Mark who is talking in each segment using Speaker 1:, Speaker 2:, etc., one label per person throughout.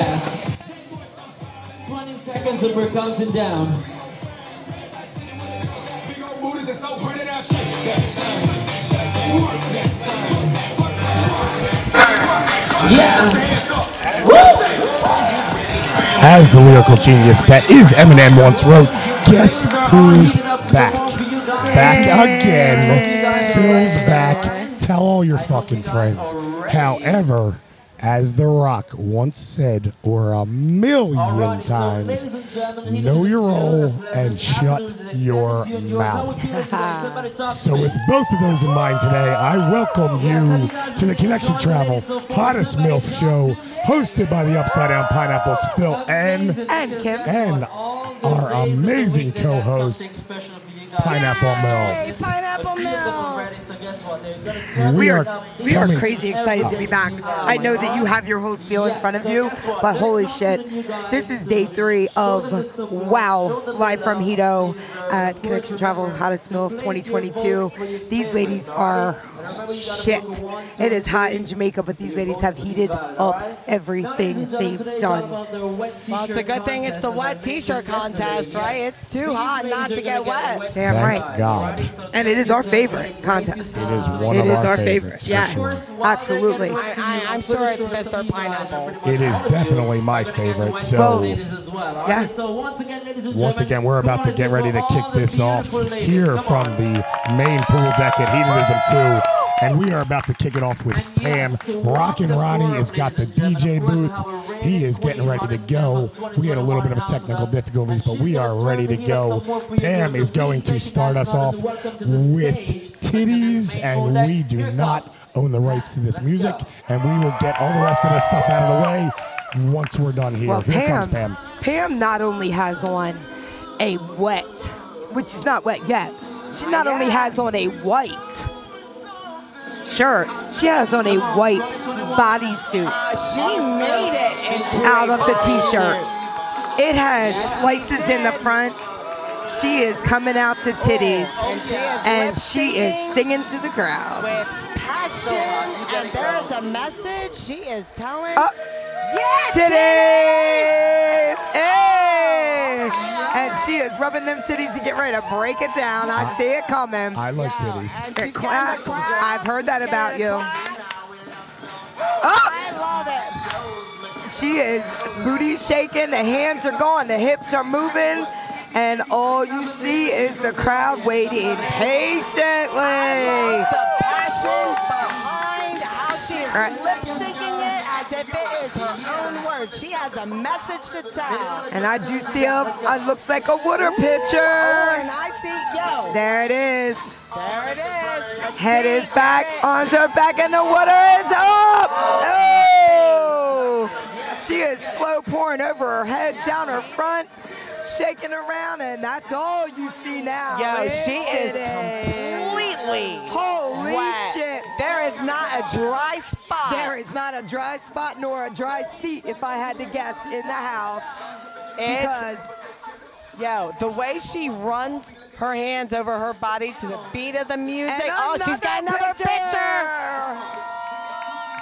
Speaker 1: yes. 20 seconds and we're counting down.
Speaker 2: Big old booties and so pretty now shake that thing. Work that thing. Work that thing.
Speaker 1: Yeah.
Speaker 2: Hands up.
Speaker 3: As the lyrical genius that is Eminem once wrote, guess who's back? Back again. Bill's back. Tell all your fucking friends. However, as The Rock once said, or a million times, know your role and shut your mouth. So, with both of those in mind today, I welcome you to the Connection Travel Hottest MILF Show, hosted by the Upside Down Pineapples, Phil and
Speaker 4: And Kim.
Speaker 3: and our amazing co-host, Pineapple
Speaker 4: Yay, Pineapple Mill.
Speaker 3: Mill.
Speaker 4: We are we are
Speaker 3: coming-
Speaker 4: crazy excited to be back. I know that you have your whole spiel in front of you, but holy shit, this is day three of Wow live from Hito at Connection Travel Hottest Mill 2022. These ladies are shit. It is hot in Jamaica, but these ladies have heated up everything they've done.
Speaker 5: Well, it's a good thing it's the wet t-shirt contest, right? It's too hot not to get wet.
Speaker 4: Damn
Speaker 3: Thank
Speaker 4: right.
Speaker 3: God.
Speaker 4: And it is our favorite contest.
Speaker 3: It is one
Speaker 4: It
Speaker 3: of
Speaker 4: is
Speaker 3: our,
Speaker 4: our
Speaker 3: favorites.
Speaker 4: favorites,
Speaker 3: for
Speaker 4: yeah.
Speaker 3: sure.
Speaker 4: Absolutely.
Speaker 5: I, I, I'm sure it's Mr. Pineapple.
Speaker 3: It is definitely my favorite.
Speaker 4: Well,
Speaker 3: So.
Speaker 4: yeah.
Speaker 1: So once again, ladies and
Speaker 3: Once
Speaker 1: gentlemen,
Speaker 3: again, we're
Speaker 1: come
Speaker 3: about
Speaker 1: on
Speaker 3: to
Speaker 1: and
Speaker 3: get
Speaker 1: cheer
Speaker 3: ready to
Speaker 1: for
Speaker 3: kick
Speaker 1: all the
Speaker 3: this off
Speaker 1: beautiful ladies.
Speaker 3: here
Speaker 1: Come
Speaker 3: from
Speaker 1: on.
Speaker 3: the main pool deck at Hedonism 2. And we are about to kick it off with
Speaker 1: And
Speaker 3: Pam.
Speaker 1: yes, to rock
Speaker 3: Rockin'
Speaker 1: the
Speaker 3: Ronnie
Speaker 1: floor,
Speaker 3: has got the
Speaker 1: ladies and
Speaker 3: DJ
Speaker 1: gentlemen,
Speaker 3: booth.
Speaker 1: of course, our reigning
Speaker 3: He is getting
Speaker 1: queen,
Speaker 3: ready to
Speaker 1: hottest
Speaker 3: go.
Speaker 1: stuff of
Speaker 3: We had a little bit of
Speaker 1: 2021
Speaker 3: technical
Speaker 1: house with us.
Speaker 3: difficulties, but
Speaker 1: And
Speaker 3: we
Speaker 1: she's
Speaker 3: are
Speaker 1: gonna
Speaker 3: ready
Speaker 1: turn
Speaker 3: to
Speaker 1: the heat up
Speaker 3: go.
Speaker 1: some more for you
Speaker 3: Pam
Speaker 1: girls.
Speaker 3: is going to
Speaker 1: Please,
Speaker 3: start
Speaker 1: ladies
Speaker 3: us
Speaker 1: and
Speaker 3: off
Speaker 1: gentlemen, welcome to the
Speaker 3: with
Speaker 1: stage.
Speaker 3: titties, and we do
Speaker 1: Here it
Speaker 3: not
Speaker 1: comes.
Speaker 3: own the rights to this
Speaker 1: Let's
Speaker 3: music.
Speaker 1: go.
Speaker 3: And we will get all the rest of this stuff out of the way once we're done here.
Speaker 4: Well,
Speaker 3: Here
Speaker 4: Pam,
Speaker 3: comes Pam.
Speaker 4: Pam not only has on a wet, which is not wet yet, she not only has on a white shirt, she has on a white bodysuit
Speaker 5: She made it into
Speaker 4: out
Speaker 5: a
Speaker 4: of the t shirt.
Speaker 5: bodysuit.
Speaker 4: It has slices in the front. She is coming out to titties, and
Speaker 5: And she is
Speaker 4: she is
Speaker 5: lip-syncing
Speaker 4: singing to the crowd.
Speaker 5: with passion, and there is a message she is telling.
Speaker 4: Up
Speaker 5: yes,
Speaker 4: Oh, titties! Hey! And she is rubbing them titties to get ready to break it down. I see it coming.
Speaker 3: I like titties.
Speaker 5: and she
Speaker 4: It
Speaker 5: got
Speaker 4: clap.
Speaker 5: the crowd.
Speaker 4: I've heard that about you. Oh,
Speaker 5: I love it.
Speaker 4: She is booty shaking, the hands are going, the hips are moving, and all you see is the crowd waiting patiently.
Speaker 5: The passion behind how she is
Speaker 4: Right.
Speaker 5: lip syncing it as if it is her own words. She has a message to tell. Oh,
Speaker 4: And I do see a, it looks like a water
Speaker 5: And
Speaker 4: pitcher.
Speaker 5: I see, yo,
Speaker 4: There it is.
Speaker 5: there it is. A
Speaker 4: Head is
Speaker 5: titty
Speaker 4: back,
Speaker 5: shake.
Speaker 4: arms are back, and the water is up. Oh! She is slow pouring over her head, down her front, shaking around, and that's all you see now.
Speaker 5: Yo,
Speaker 4: is
Speaker 5: she is
Speaker 4: titties.
Speaker 5: completely
Speaker 4: Holy
Speaker 5: wet.
Speaker 4: shit.
Speaker 5: There is not a dry spot.
Speaker 4: There is not a dry spot nor a dry seat, if I had to guess, in the house.
Speaker 5: It's-
Speaker 4: Because
Speaker 5: Yo, the way she runs her hands over her body to the beat of the music.
Speaker 4: And
Speaker 5: Oh, she's got another picture.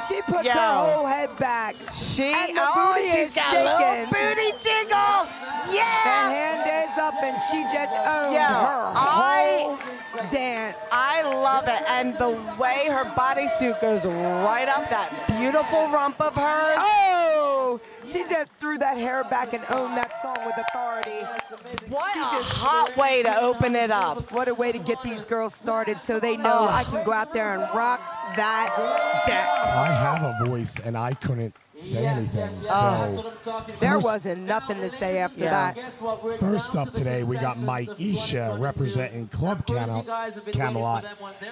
Speaker 4: She puts
Speaker 5: Yo.
Speaker 4: her whole head back.
Speaker 5: She,
Speaker 4: And the
Speaker 5: oh,
Speaker 4: booty
Speaker 5: she's
Speaker 4: is
Speaker 5: got
Speaker 4: shaking.
Speaker 5: little booty jiggles.
Speaker 4: The
Speaker 5: Yeah.
Speaker 4: hand is up and she just owned
Speaker 5: Yo,
Speaker 4: her
Speaker 5: I-
Speaker 4: whole dance.
Speaker 5: I love it. And the way her bodysuit goes right up that beautiful rump of hers.
Speaker 4: Oh, she just threw that hair back and owned that song with authority.
Speaker 5: what a hot way to open it up.
Speaker 4: What a way to get these girls started so they know
Speaker 5: Oh.
Speaker 4: I can go out there and rock that deck.
Speaker 3: I have a voice and I couldn't say anything. So
Speaker 4: There
Speaker 3: First-
Speaker 4: wasn't nothing to say after
Speaker 5: Yeah.
Speaker 4: that.
Speaker 3: first up today, we got Mike Isha representing Club Cano- Camelot,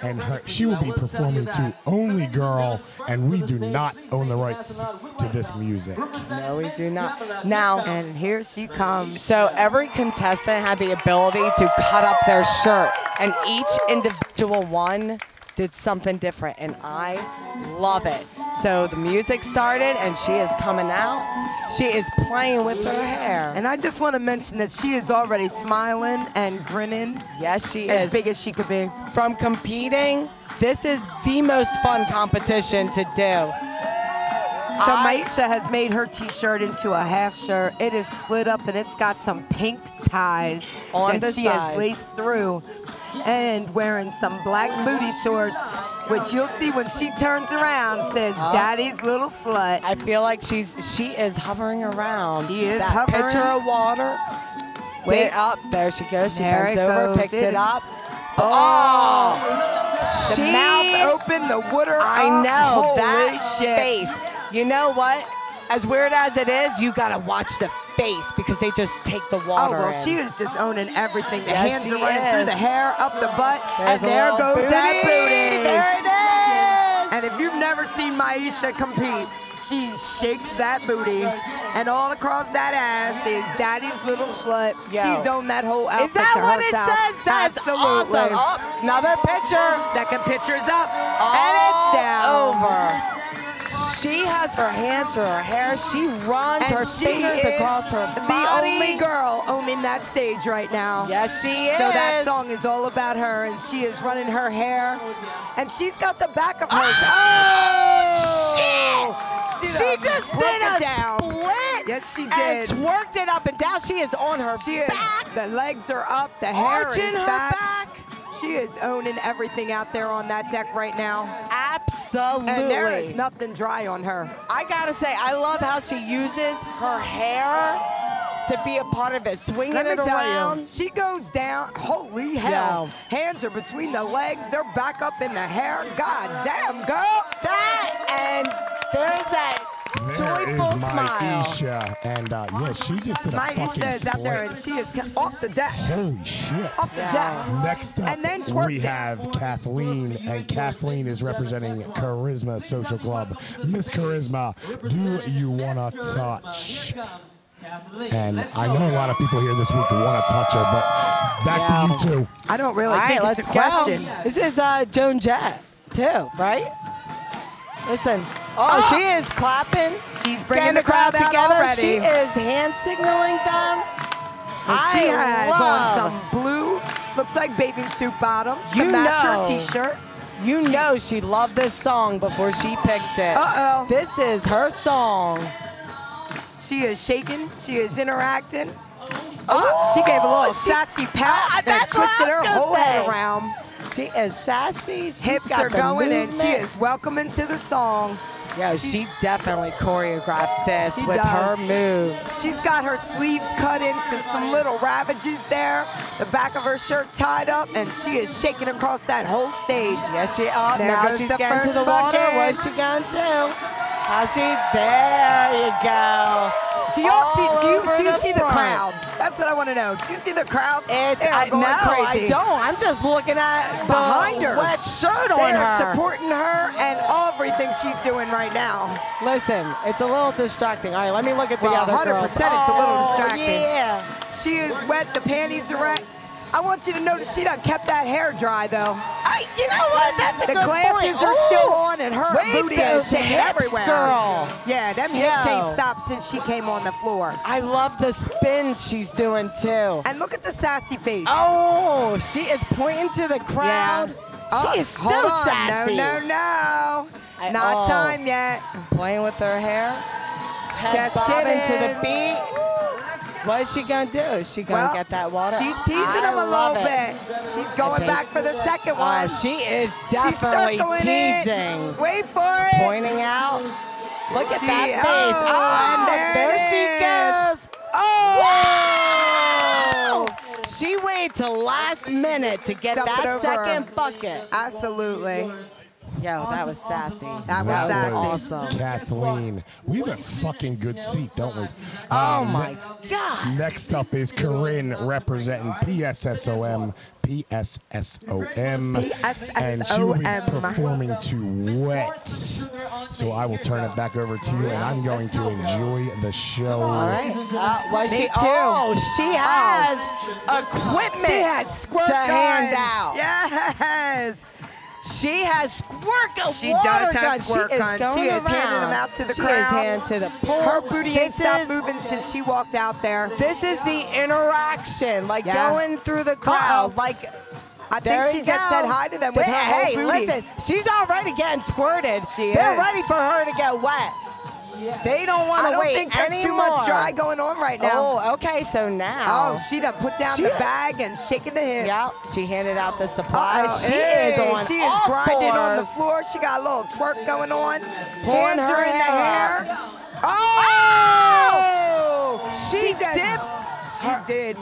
Speaker 3: and her, she will be performing to Only Girl, and we do not own the rights to this music.
Speaker 5: No, we do not. Now,
Speaker 4: And here she comes.
Speaker 5: So every contestant had the ability to cut up their shirt, and each individual one did something different, and I love it. So the music started, and she is coming out. She is playing with her hair.
Speaker 4: And I just want to mention that she is already smiling and grinning
Speaker 5: Yes, she
Speaker 4: as
Speaker 5: is.
Speaker 4: big as she could be.
Speaker 5: From competing, this is the most fun competition to do.
Speaker 4: So Maisha has made her t-shirt into a half shirt. It is split up and it's got some pink ties
Speaker 5: On the
Speaker 4: that she
Speaker 5: sides.
Speaker 4: has laced through and wearing some black booty shorts, which you'll see when she turns around says, Daddy's little slut.
Speaker 5: Uh-huh. I feel like she's she is hovering around.
Speaker 4: She is
Speaker 5: that
Speaker 4: hovering.
Speaker 5: pitcher of water.
Speaker 4: Wait.
Speaker 5: Wait up, there she goes. She
Speaker 4: There
Speaker 5: bends
Speaker 4: it
Speaker 5: over,
Speaker 4: goes.
Speaker 5: picks
Speaker 4: It
Speaker 5: it,
Speaker 4: is-
Speaker 5: up.
Speaker 4: The
Speaker 5: she,
Speaker 4: mouth open, the water
Speaker 5: I
Speaker 4: up.
Speaker 5: know
Speaker 4: Holy
Speaker 5: that
Speaker 4: shit.
Speaker 5: face. You know what? As weird as it is, you gotta watch the face because they just take the
Speaker 4: Oh
Speaker 5: water.
Speaker 4: well,
Speaker 5: in.
Speaker 4: she is just owning everything. The
Speaker 5: Yes,
Speaker 4: hands
Speaker 5: she
Speaker 4: are running through
Speaker 5: is.
Speaker 4: the hair, up the butt,
Speaker 5: There's
Speaker 4: and
Speaker 5: a
Speaker 4: there
Speaker 5: little
Speaker 4: goes that
Speaker 5: booty.
Speaker 4: booty.
Speaker 5: There it is.
Speaker 4: And if you've never seen Maisha compete, she shakes that booty, and all across that ass is Daddy's little slut.
Speaker 5: Yo.
Speaker 4: She's owned that whole outfit
Speaker 5: Is that
Speaker 4: to
Speaker 5: what it
Speaker 4: herself.
Speaker 5: says? That's
Speaker 4: Absolutely.
Speaker 5: awesome. Oh, another picture.
Speaker 4: Second picture's up, and it's
Speaker 5: All
Speaker 4: down.
Speaker 5: over. She has her hands through her hair. She runs
Speaker 4: And
Speaker 5: her
Speaker 4: she
Speaker 5: fingers
Speaker 4: is
Speaker 5: across her
Speaker 4: the
Speaker 5: body.
Speaker 4: only girl owning that stage right now.
Speaker 5: Yes, she is.
Speaker 4: So that song is all about her, and she is running her hair, and she's got the back of her. Oh,
Speaker 5: Oh, She,
Speaker 4: done
Speaker 5: just
Speaker 4: broke
Speaker 5: did a
Speaker 4: it down.
Speaker 5: split.
Speaker 4: Yes, she
Speaker 5: And
Speaker 4: did.
Speaker 5: twerked it up and down. She is on her
Speaker 4: She is.
Speaker 5: back,
Speaker 4: The legs are up. The hair
Speaker 5: arching
Speaker 4: is
Speaker 5: her
Speaker 4: back.
Speaker 5: back.
Speaker 4: She is owning everything out there on that deck right now,
Speaker 5: Absolutely.
Speaker 4: and there is nothing dry on her.
Speaker 5: I gotta say, I love how she uses her hair to be a part of it, swinging
Speaker 4: Let me
Speaker 5: it
Speaker 4: tell
Speaker 5: around.
Speaker 4: you, she goes down. Holy hell! Hands are between the legs. They're back up in the hair. God damn, girl.
Speaker 5: That and there's that
Speaker 3: There is
Speaker 5: joyful smile.
Speaker 3: Maisha, and uh, yeah, she just did a fucking
Speaker 4: Maisha is
Speaker 3: split.
Speaker 4: out there and she is ca- off the deck.
Speaker 3: Holy shit!
Speaker 4: Off the deck.
Speaker 3: Next up,
Speaker 4: And then twerked
Speaker 3: we
Speaker 4: it.
Speaker 3: have Kathleen, and Kathleen is representing Charisma Social Club. Miss Charisma, do you wanna touch? And I know a lot of people here this week wanna touch her, but back to you two.
Speaker 4: I don't really
Speaker 5: All right,
Speaker 4: think
Speaker 5: let's
Speaker 4: it's a
Speaker 5: go.
Speaker 4: question.
Speaker 5: This is uh, Joan Jett, too, right? Listen. Oh,
Speaker 4: Oh!
Speaker 5: she is clapping.
Speaker 4: She's
Speaker 5: Getting
Speaker 4: bringing the crowd out
Speaker 5: together.
Speaker 4: already.
Speaker 5: She is hand signaling them.
Speaker 4: And she
Speaker 5: I
Speaker 4: has on
Speaker 5: love-
Speaker 4: some blue, looks like bathing suit bottoms to
Speaker 5: You
Speaker 4: match
Speaker 5: know.
Speaker 4: her t-shirt.
Speaker 5: You know she loved this song before she picked it.
Speaker 4: Uh-oh.
Speaker 5: This is her song.
Speaker 4: She is shaking. She is interacting. Oh, she gave a little
Speaker 5: she-
Speaker 4: sassy pat
Speaker 5: Ah,
Speaker 4: and
Speaker 5: that's what I
Speaker 4: twisted her
Speaker 5: was gonna
Speaker 4: whole head
Speaker 5: say.
Speaker 4: around.
Speaker 5: She is sassy. She's
Speaker 4: Hips
Speaker 5: got
Speaker 4: are
Speaker 5: the
Speaker 4: going and she
Speaker 5: movement.
Speaker 4: is welcoming to the song.
Speaker 5: Yeah, she definitely choreographed this
Speaker 4: She
Speaker 5: with
Speaker 4: does.
Speaker 5: her moves.
Speaker 4: She's got her sleeves cut into some little ravages there, the back of her shirt tied up, and she is shaking across that whole stage.
Speaker 5: Yes, she. Oh,
Speaker 4: There
Speaker 5: now
Speaker 4: goes
Speaker 5: she's
Speaker 4: the
Speaker 5: getting to
Speaker 4: first
Speaker 5: the water.
Speaker 4: bucket.
Speaker 5: What's she going to? How she? There you go.
Speaker 4: Do y'all
Speaker 5: All
Speaker 4: see? Do you,
Speaker 5: over
Speaker 4: do you
Speaker 5: the
Speaker 4: see the
Speaker 5: front.
Speaker 4: crowd? That's what I want to know. Do you see the crowd?
Speaker 5: It's
Speaker 4: they are
Speaker 5: I,
Speaker 4: going
Speaker 5: no,
Speaker 4: crazy.
Speaker 5: I don't. I'm just looking at the
Speaker 4: Behind her.
Speaker 5: wet shirt
Speaker 4: They
Speaker 5: on
Speaker 4: are
Speaker 5: her.
Speaker 4: supporting her and everything she's doing right now.
Speaker 5: Listen, it's a little distracting. All right, let me look at the
Speaker 4: Well,
Speaker 5: other girls.
Speaker 4: 100% it's a little
Speaker 5: Oh,
Speaker 4: distracting.
Speaker 5: Yeah.
Speaker 4: She is wet. The panties are wet. I want you to notice she done kept that hair dry though.
Speaker 5: I, you know what? That's a
Speaker 4: The
Speaker 5: good
Speaker 4: glasses
Speaker 5: point.
Speaker 4: are
Speaker 5: Ooh.
Speaker 4: still on and her
Speaker 5: Way
Speaker 4: booty
Speaker 5: to
Speaker 4: is
Speaker 5: the
Speaker 4: shaking
Speaker 5: hips,
Speaker 4: everywhere.
Speaker 5: girl.
Speaker 4: Yeah, them hips
Speaker 5: Yo.
Speaker 4: ain't stopped since she came on the floor.
Speaker 5: I love the spin she's doing too.
Speaker 4: And look at the sassy face.
Speaker 5: Oh, she is pointing to the crowd.
Speaker 4: Oh,
Speaker 5: She is so
Speaker 4: hold on.
Speaker 5: sassy.
Speaker 4: No, no, no.
Speaker 5: I-
Speaker 4: Not
Speaker 5: oh.
Speaker 4: time yet.
Speaker 5: Playing with her hair. Head
Speaker 4: Just
Speaker 5: bobbing to the
Speaker 4: kidding.
Speaker 5: beat. What is she gonna do? Is she gonna
Speaker 4: Well,
Speaker 5: get that water?
Speaker 4: She's teasing
Speaker 5: I
Speaker 4: him a
Speaker 5: love
Speaker 4: little
Speaker 5: it.
Speaker 4: bit. She's going
Speaker 5: think-
Speaker 4: back for the second
Speaker 5: Oh,
Speaker 4: one.
Speaker 5: she is
Speaker 4: She's
Speaker 5: definitely
Speaker 4: circling
Speaker 5: teasing.
Speaker 4: it. Wait for it.
Speaker 5: Pointing out. Look at
Speaker 4: She-
Speaker 5: that face.
Speaker 4: oh,
Speaker 5: Ah,
Speaker 4: and there
Speaker 5: there
Speaker 4: it
Speaker 5: she
Speaker 4: is.
Speaker 5: goes.
Speaker 4: Oh!
Speaker 5: She waited till last minute to get
Speaker 4: Dump it
Speaker 5: that
Speaker 4: over her.
Speaker 5: second bucket.
Speaker 4: Absolutely.
Speaker 5: Yo, that was sassy.
Speaker 4: That was
Speaker 5: That
Speaker 4: sassy.
Speaker 5: was awesome.
Speaker 3: Kathleen. We have a fucking good seat, don't we?
Speaker 5: Oh
Speaker 3: Um,
Speaker 5: my God.
Speaker 3: Next up is Corinne representing PSSOM. PSSOM. And she will be
Speaker 4: PSSOM.
Speaker 3: performing to Wet. So I will turn it back over to you, and I'm going to enjoy the
Speaker 5: All
Speaker 3: show.
Speaker 5: right. Uh, well,
Speaker 4: Me
Speaker 5: she,
Speaker 4: too.
Speaker 5: Oh, she has equipment.
Speaker 4: She has squirt
Speaker 5: to
Speaker 4: guns.
Speaker 5: hand out.
Speaker 4: Yes.
Speaker 5: She has squirt of
Speaker 4: She
Speaker 5: water
Speaker 4: does have
Speaker 5: guns.
Speaker 4: squirt
Speaker 5: she
Speaker 4: guns.
Speaker 5: Is going
Speaker 4: She is handing them
Speaker 5: around.
Speaker 4: out to the
Speaker 5: she
Speaker 4: crowd.
Speaker 5: Is hand to the pool.
Speaker 4: Her booty ain't
Speaker 5: Oh, This
Speaker 4: stopped
Speaker 5: is-
Speaker 4: moving since she walked out there.
Speaker 5: This is the interaction, like
Speaker 4: Yeah.
Speaker 5: going through the crowd,
Speaker 4: Uh-oh.
Speaker 5: like
Speaker 4: I think
Speaker 5: There
Speaker 4: she
Speaker 5: you
Speaker 4: just
Speaker 5: go.
Speaker 4: said hi to them with
Speaker 5: There-
Speaker 4: her whole
Speaker 5: hey,
Speaker 4: booty.
Speaker 5: listen, she's already getting squirted.
Speaker 4: She
Speaker 5: They're
Speaker 4: is.
Speaker 5: ready for her to get wet. They don't want
Speaker 4: I
Speaker 5: to
Speaker 4: don't
Speaker 5: wait
Speaker 4: think there's too
Speaker 5: anymore.
Speaker 4: much dry going on right now.
Speaker 5: Oh, okay. So now.
Speaker 4: Oh, she done put down
Speaker 5: She-
Speaker 4: the bag and shaking the hips.
Speaker 5: Yep, she handed out the supplies.
Speaker 4: Uh-oh.
Speaker 5: She
Speaker 4: Hey,
Speaker 5: is on
Speaker 4: She is
Speaker 5: all
Speaker 4: grinding on the
Speaker 5: fours.
Speaker 4: floor. She got a little twerk going on.
Speaker 5: Pulling
Speaker 4: Hands
Speaker 5: her
Speaker 4: are in the
Speaker 5: hair
Speaker 4: hair. Oh!
Speaker 5: She
Speaker 4: just-
Speaker 5: dipped.
Speaker 4: She did.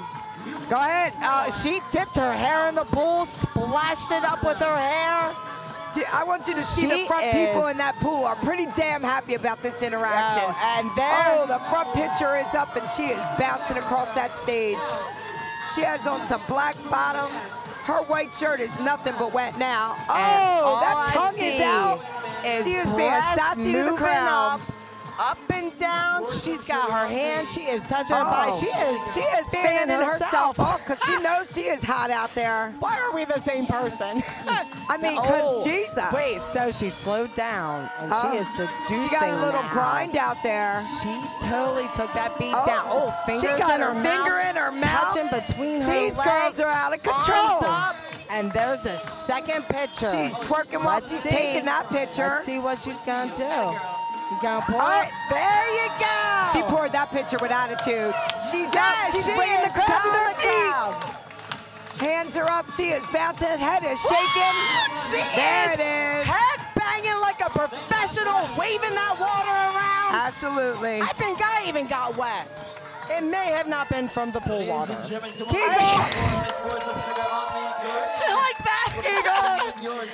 Speaker 5: Go ahead. Uh, she dipped her hair in the pool, splashed it up with her hair.
Speaker 4: Di- I want you to see
Speaker 5: She
Speaker 4: the front
Speaker 5: is-
Speaker 4: people in that pool are pretty damn happy about this interaction.
Speaker 5: Oh, and there.
Speaker 4: Oh, the front picture is up and she is bouncing across that stage. She has on some black bottoms. Her white shirt is nothing but wet now. Oh,
Speaker 5: And all
Speaker 4: that
Speaker 5: I
Speaker 4: tongue is
Speaker 5: see
Speaker 4: out.
Speaker 5: is
Speaker 4: she is being
Speaker 5: breasts
Speaker 4: sassy to the
Speaker 5: moving
Speaker 4: crowd.
Speaker 5: Up, up and down. She's got her hand. She is touching her body.
Speaker 4: Oh.
Speaker 5: She is.
Speaker 4: She is
Speaker 5: fanning
Speaker 4: fanning herself off because
Speaker 5: Ah.
Speaker 4: she knows she is hot out there.
Speaker 5: Why are we the same person? Oh.
Speaker 4: I mean, because Jesus.
Speaker 5: Wait, so she slowed down and
Speaker 4: Oh.
Speaker 5: she is seducing.
Speaker 4: She got a little
Speaker 5: now.
Speaker 4: grind out there.
Speaker 5: She totally took that beat
Speaker 4: Oh,
Speaker 5: down. Oh,
Speaker 4: she
Speaker 5: fingers
Speaker 4: got
Speaker 5: in
Speaker 4: her
Speaker 5: her, mouth,
Speaker 4: finger in her mouth.
Speaker 5: touching between her
Speaker 4: These
Speaker 5: legs.
Speaker 4: girls are out of
Speaker 5: arms
Speaker 4: control.
Speaker 5: up, and there's the second picture.
Speaker 4: She's twerking while
Speaker 5: Let's
Speaker 4: she's
Speaker 5: see.
Speaker 4: taking that picture.
Speaker 5: Let's see what she's gonna do. You gonna pull
Speaker 4: Oh,
Speaker 5: it? There you go.
Speaker 4: She poured that picture with attitude. She's
Speaker 5: Yes,
Speaker 4: up. She's
Speaker 5: she
Speaker 4: bringing the
Speaker 5: is
Speaker 4: crowd to
Speaker 5: down
Speaker 4: their
Speaker 5: the
Speaker 4: feet.
Speaker 5: crowd.
Speaker 4: Hands are up. She is bouncing. Head is shaking.
Speaker 5: She
Speaker 4: there
Speaker 5: is
Speaker 4: it is.
Speaker 5: Head banging like a professional, waving that water around.
Speaker 4: Uh, Absolutely.
Speaker 5: I think I even got wet. It may have not been from the pool water. Just like that.
Speaker 3: Uh,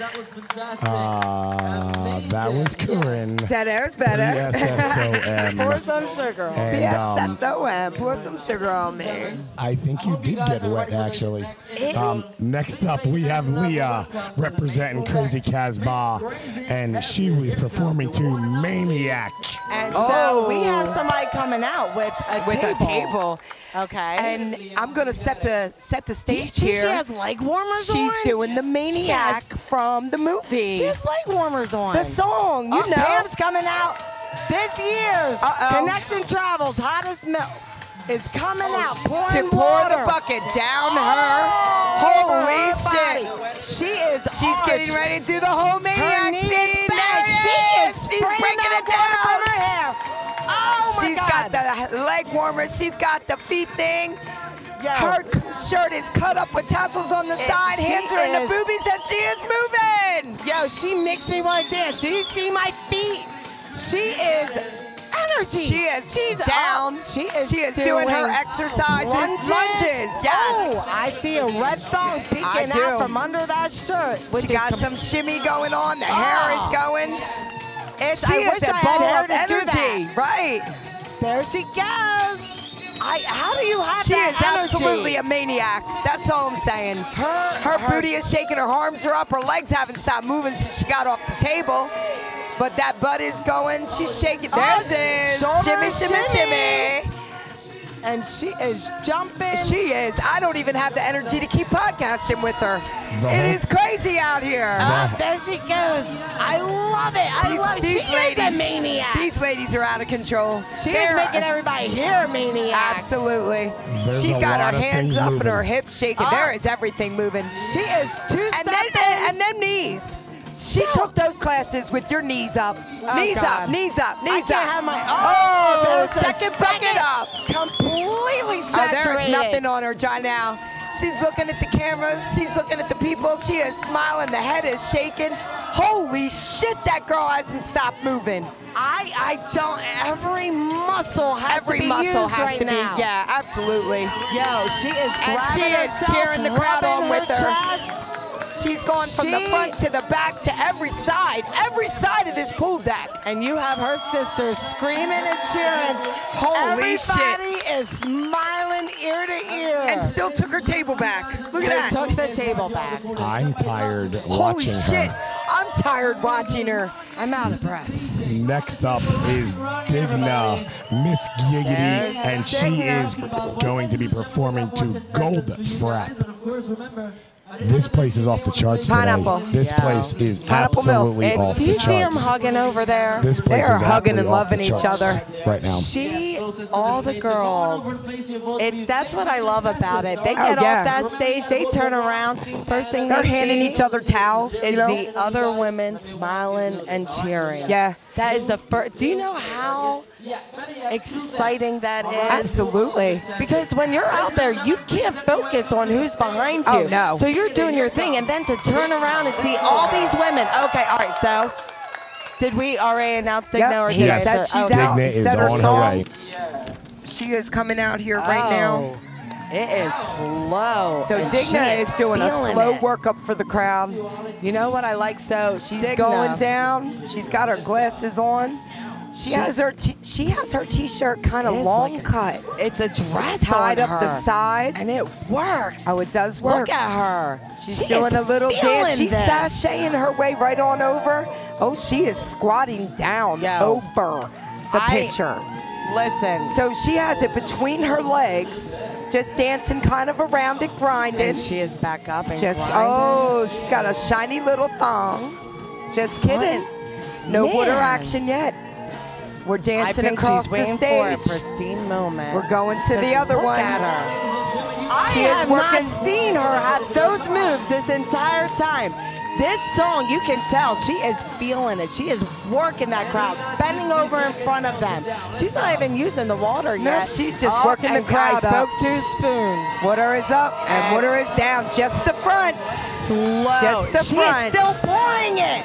Speaker 3: that was Corinne.
Speaker 4: Dead air's better.
Speaker 5: Pour
Speaker 3: ESSOM.
Speaker 5: some sugar. on.
Speaker 3: And
Speaker 4: Yes,
Speaker 3: um,
Speaker 4: that's so wet. Pour some sugar on me.
Speaker 3: I think you did get wet, actually. Um, next up, we have Leah representing Crazy Casbah, and she was performing to Maniac.
Speaker 5: And
Speaker 4: Oh.
Speaker 5: so we have somebody coming out with a
Speaker 4: With
Speaker 5: table.
Speaker 4: a table.
Speaker 5: Okay.
Speaker 4: And I'm gonna set the set the
Speaker 5: she,
Speaker 4: stage
Speaker 5: she
Speaker 4: here.
Speaker 5: has leg warmers on.
Speaker 4: She's doing the maniac from the movie.
Speaker 5: She has leg warmers on.
Speaker 4: the song, you
Speaker 5: Oh,
Speaker 4: know.
Speaker 5: Pam's coming out this year's
Speaker 4: Uh-oh.
Speaker 5: Connection Travels Hottest Milk is coming out pouring
Speaker 4: to pour
Speaker 5: water.
Speaker 4: the bucket down her.
Speaker 5: all over
Speaker 4: Holy
Speaker 5: her
Speaker 4: shit.
Speaker 5: body. She is.
Speaker 4: She's getting
Speaker 5: arched.
Speaker 4: ready to do the whole
Speaker 5: Her
Speaker 4: maniac
Speaker 5: knee
Speaker 4: scene.
Speaker 5: is
Speaker 4: There
Speaker 5: back.
Speaker 4: it
Speaker 5: She
Speaker 4: is.
Speaker 5: is
Speaker 4: She's
Speaker 5: spraying
Speaker 4: breaking
Speaker 5: that
Speaker 4: it
Speaker 5: water
Speaker 4: down.
Speaker 5: From her hair. Oh my
Speaker 4: She's
Speaker 5: God.
Speaker 4: got the leg warmer. She's got the feet thing.
Speaker 5: Yo.
Speaker 4: Her shirt is cut up with tassels on the
Speaker 5: Oh. It-
Speaker 4: side.
Speaker 5: she
Speaker 4: Hands are in the
Speaker 5: is-
Speaker 4: boobies, and she is moving.
Speaker 5: Yo, she makes me want to dance. Do you see my feet? She is energy.
Speaker 4: She is
Speaker 5: She's
Speaker 4: down.
Speaker 5: up. She is.
Speaker 4: She is doing her exercises,
Speaker 5: lunges.
Speaker 4: lunges, yes.
Speaker 5: Oh, I see a red thong peeking
Speaker 4: I do.
Speaker 5: out from under that shirt. Which
Speaker 4: She
Speaker 5: is
Speaker 4: got
Speaker 5: com-
Speaker 4: some shimmy going on. The hair is
Speaker 5: Oh.
Speaker 4: going.
Speaker 5: It's,
Speaker 4: She
Speaker 5: I
Speaker 4: is
Speaker 5: wish
Speaker 4: a
Speaker 5: I
Speaker 4: ball
Speaker 5: had
Speaker 4: of
Speaker 5: hair to do
Speaker 4: energy,
Speaker 5: that.
Speaker 4: right?
Speaker 5: There she goes. I. How do you have
Speaker 4: She
Speaker 5: that
Speaker 4: is
Speaker 5: energy?
Speaker 4: absolutely a maniac. That's all I'm saying.
Speaker 5: her,
Speaker 4: Her booty is shaking, her arms are up, her legs haven't stopped moving since she got off the table. But that butt is going, she's shaking. There
Speaker 5: Oh,
Speaker 4: it is.
Speaker 5: shoulder
Speaker 4: Shimmy, shimmy, shimmy,
Speaker 5: shimmy. and she is jumping.
Speaker 4: She is. I don't even have the energy to keep podcasting with her.
Speaker 3: The
Speaker 4: It
Speaker 3: whole-
Speaker 4: is crazy out here.
Speaker 5: Ah, there she goes. I love it. I
Speaker 4: These-
Speaker 5: love it.
Speaker 4: these
Speaker 5: She is a
Speaker 4: ladies-
Speaker 5: maniac.
Speaker 4: These ladies are out of control.
Speaker 5: She
Speaker 4: They're-
Speaker 5: is making everybody hear a maniac.
Speaker 4: Absolutely.
Speaker 3: There's
Speaker 4: She's
Speaker 3: a lot
Speaker 4: got her
Speaker 3: of
Speaker 4: hands
Speaker 3: things
Speaker 4: up and
Speaker 3: moving.
Speaker 4: her hips shaking.
Speaker 5: Oh.
Speaker 4: There is everything moving.
Speaker 5: She is two
Speaker 4: And then, and them knees. She took those classes with your knees up. knees up,
Speaker 5: Oh, God.
Speaker 4: knees up,
Speaker 5: I
Speaker 4: knees
Speaker 5: can't
Speaker 4: up.
Speaker 5: have my
Speaker 4: Oh,
Speaker 5: there's a
Speaker 4: second bucket up.
Speaker 5: Completely saturated.
Speaker 4: oh, there is nothing on her right now. She's looking at the cameras. She's looking at the people. She is smiling. The head is shaking. Holy shit, that girl hasn't stopped moving.
Speaker 5: I I don't. Every muscle has
Speaker 4: Every
Speaker 5: to be
Speaker 4: muscle
Speaker 5: used
Speaker 4: has
Speaker 5: right
Speaker 4: to
Speaker 5: now.
Speaker 4: be, yeah, absolutely.
Speaker 5: Yo, she is
Speaker 4: And she
Speaker 5: grabbing
Speaker 4: is
Speaker 5: herself,
Speaker 4: cheering the crowd
Speaker 5: rubbing
Speaker 4: on with her.
Speaker 5: chest.
Speaker 4: She's going from the
Speaker 5: She-
Speaker 4: front to the back to every side, every side of this pool deck.
Speaker 5: And you have her sisters screaming and cheering.
Speaker 4: Holy shit.
Speaker 5: Everybody is smiling ear to ear.
Speaker 4: And still took her table back. Look
Speaker 5: They
Speaker 4: at that.
Speaker 5: took the table back.
Speaker 3: I'm tired
Speaker 4: Holy
Speaker 3: watching
Speaker 4: shit.
Speaker 3: her.
Speaker 4: I'm tired watching her.
Speaker 5: I'm out of breath.
Speaker 3: Next up is Digna, Miss Giggity,
Speaker 5: There's
Speaker 3: and she
Speaker 5: Digna.
Speaker 3: is going to be performing to Gold Frap. This place is off the charts today.
Speaker 4: Pineapple.
Speaker 3: This
Speaker 5: Yeah.
Speaker 3: place is
Speaker 4: Pineapple milk.
Speaker 3: absolutely
Speaker 5: And
Speaker 3: off
Speaker 5: do
Speaker 3: the
Speaker 5: you see them
Speaker 3: charts.
Speaker 5: hugging over there?
Speaker 3: This place
Speaker 4: are
Speaker 3: is
Speaker 4: hugging
Speaker 3: absolutely off
Speaker 4: and
Speaker 3: the
Speaker 4: loving each
Speaker 3: charts
Speaker 4: other.
Speaker 3: right now.
Speaker 5: She, all the girls, it, that's what I love about it. They get
Speaker 4: Oh, yeah.
Speaker 5: off that stage, they turn around. First thing
Speaker 4: They're
Speaker 5: they
Speaker 4: handing
Speaker 5: see
Speaker 4: each other towels,
Speaker 5: is
Speaker 4: you know?
Speaker 5: the other women smiling and cheering.
Speaker 4: Yeah.
Speaker 5: That is the first. Do you know how exciting that is?
Speaker 4: Absolutely.
Speaker 5: Because when you're out there, you can't focus on who's behind you.
Speaker 4: Oh, no.
Speaker 5: So you're doing your thing, and then to turn around and see all these women. Okay, all right. So, did we already announce Dick
Speaker 4: Yep,
Speaker 5: No or
Speaker 4: he
Speaker 5: did I-
Speaker 4: said
Speaker 5: so-
Speaker 4: she's
Speaker 5: okay.
Speaker 4: out.
Speaker 3: Digna is
Speaker 4: Set her
Speaker 3: on her
Speaker 4: song.
Speaker 3: way.
Speaker 4: She is coming out here right now.
Speaker 5: Oh, It is slow.
Speaker 4: Oh. So
Speaker 5: and
Speaker 4: Digna
Speaker 5: she
Speaker 4: is doing a
Speaker 5: feeling
Speaker 4: slow
Speaker 5: it.
Speaker 4: workup for the crowd.
Speaker 5: You know what I like? So
Speaker 4: She's
Speaker 5: Digna.
Speaker 4: going down. She's got her glasses on. She, has her t- she has her t-shirt kind of
Speaker 5: It is
Speaker 4: long
Speaker 5: like a-
Speaker 4: cut,
Speaker 5: It's a dress
Speaker 4: tied
Speaker 5: on
Speaker 4: up the
Speaker 5: her.
Speaker 4: side.
Speaker 5: and it works.
Speaker 4: Oh, it does work.
Speaker 5: Look at her.
Speaker 4: She's
Speaker 5: She is
Speaker 4: doing a little dance.
Speaker 5: feeling
Speaker 4: She's
Speaker 5: this.
Speaker 4: sashaying her way right on over. Oh, she is squatting down
Speaker 5: Yo.
Speaker 4: over the
Speaker 5: I-
Speaker 4: picture.
Speaker 5: Listen.
Speaker 4: So she has it between her legs, just dancing kind of around it, grinding.
Speaker 5: and she is back up and
Speaker 4: Just
Speaker 5: grinding.
Speaker 4: oh, she's got a shiny little thong. Just
Speaker 5: What
Speaker 4: kidding. No water
Speaker 5: man.
Speaker 4: action yet. We're
Speaker 5: I
Speaker 4: dancing
Speaker 5: think
Speaker 4: across
Speaker 5: she's
Speaker 4: the
Speaker 5: waiting for a
Speaker 4: stage.
Speaker 5: pristine moment.
Speaker 4: We're going to the
Speaker 5: Just
Speaker 4: other
Speaker 5: look
Speaker 4: one.
Speaker 5: At her. I
Speaker 4: She is
Speaker 5: have
Speaker 4: working-
Speaker 5: not seen her have those moves this entire time. This song, you can tell she is feeling it. She is working that crowd, bending over in front of them. She's not even using the water yet. Oh,
Speaker 4: she's just working the
Speaker 5: and guys,
Speaker 4: crowd up.
Speaker 5: Spoke to spoon.
Speaker 4: Water is up and
Speaker 5: And-
Speaker 4: water is down. Just the front.
Speaker 5: Slow.
Speaker 4: Just the
Speaker 5: she
Speaker 4: front.
Speaker 5: is still pouring it.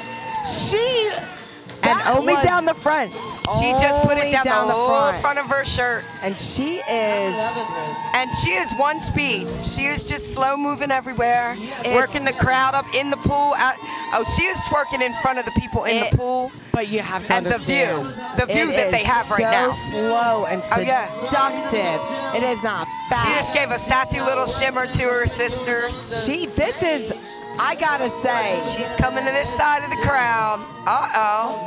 Speaker 5: She
Speaker 4: And
Speaker 5: that
Speaker 4: only
Speaker 5: was-
Speaker 4: down the front. She just put it
Speaker 5: Only
Speaker 4: down,
Speaker 5: down
Speaker 4: the,
Speaker 5: the
Speaker 4: whole
Speaker 5: front.
Speaker 4: front of her shirt.
Speaker 5: and she is
Speaker 4: And she is one speed. She is just slow moving everywhere, working the crowd up in the pool. Out. Oh, she is twerking in front of the people in
Speaker 5: It-
Speaker 4: the pool.
Speaker 5: Eh, But you have to
Speaker 4: And the
Speaker 5: understand,
Speaker 4: view. The view
Speaker 5: it
Speaker 4: that they
Speaker 5: is
Speaker 4: have right
Speaker 5: so
Speaker 4: now.
Speaker 5: slow and
Speaker 4: Oh, yeah.
Speaker 5: seductive. It is not fast.
Speaker 4: She just gave a sassy little shimmer to her sisters.
Speaker 5: She- This is. I gotta say,
Speaker 4: She's coming to this side of the crowd. Uh oh.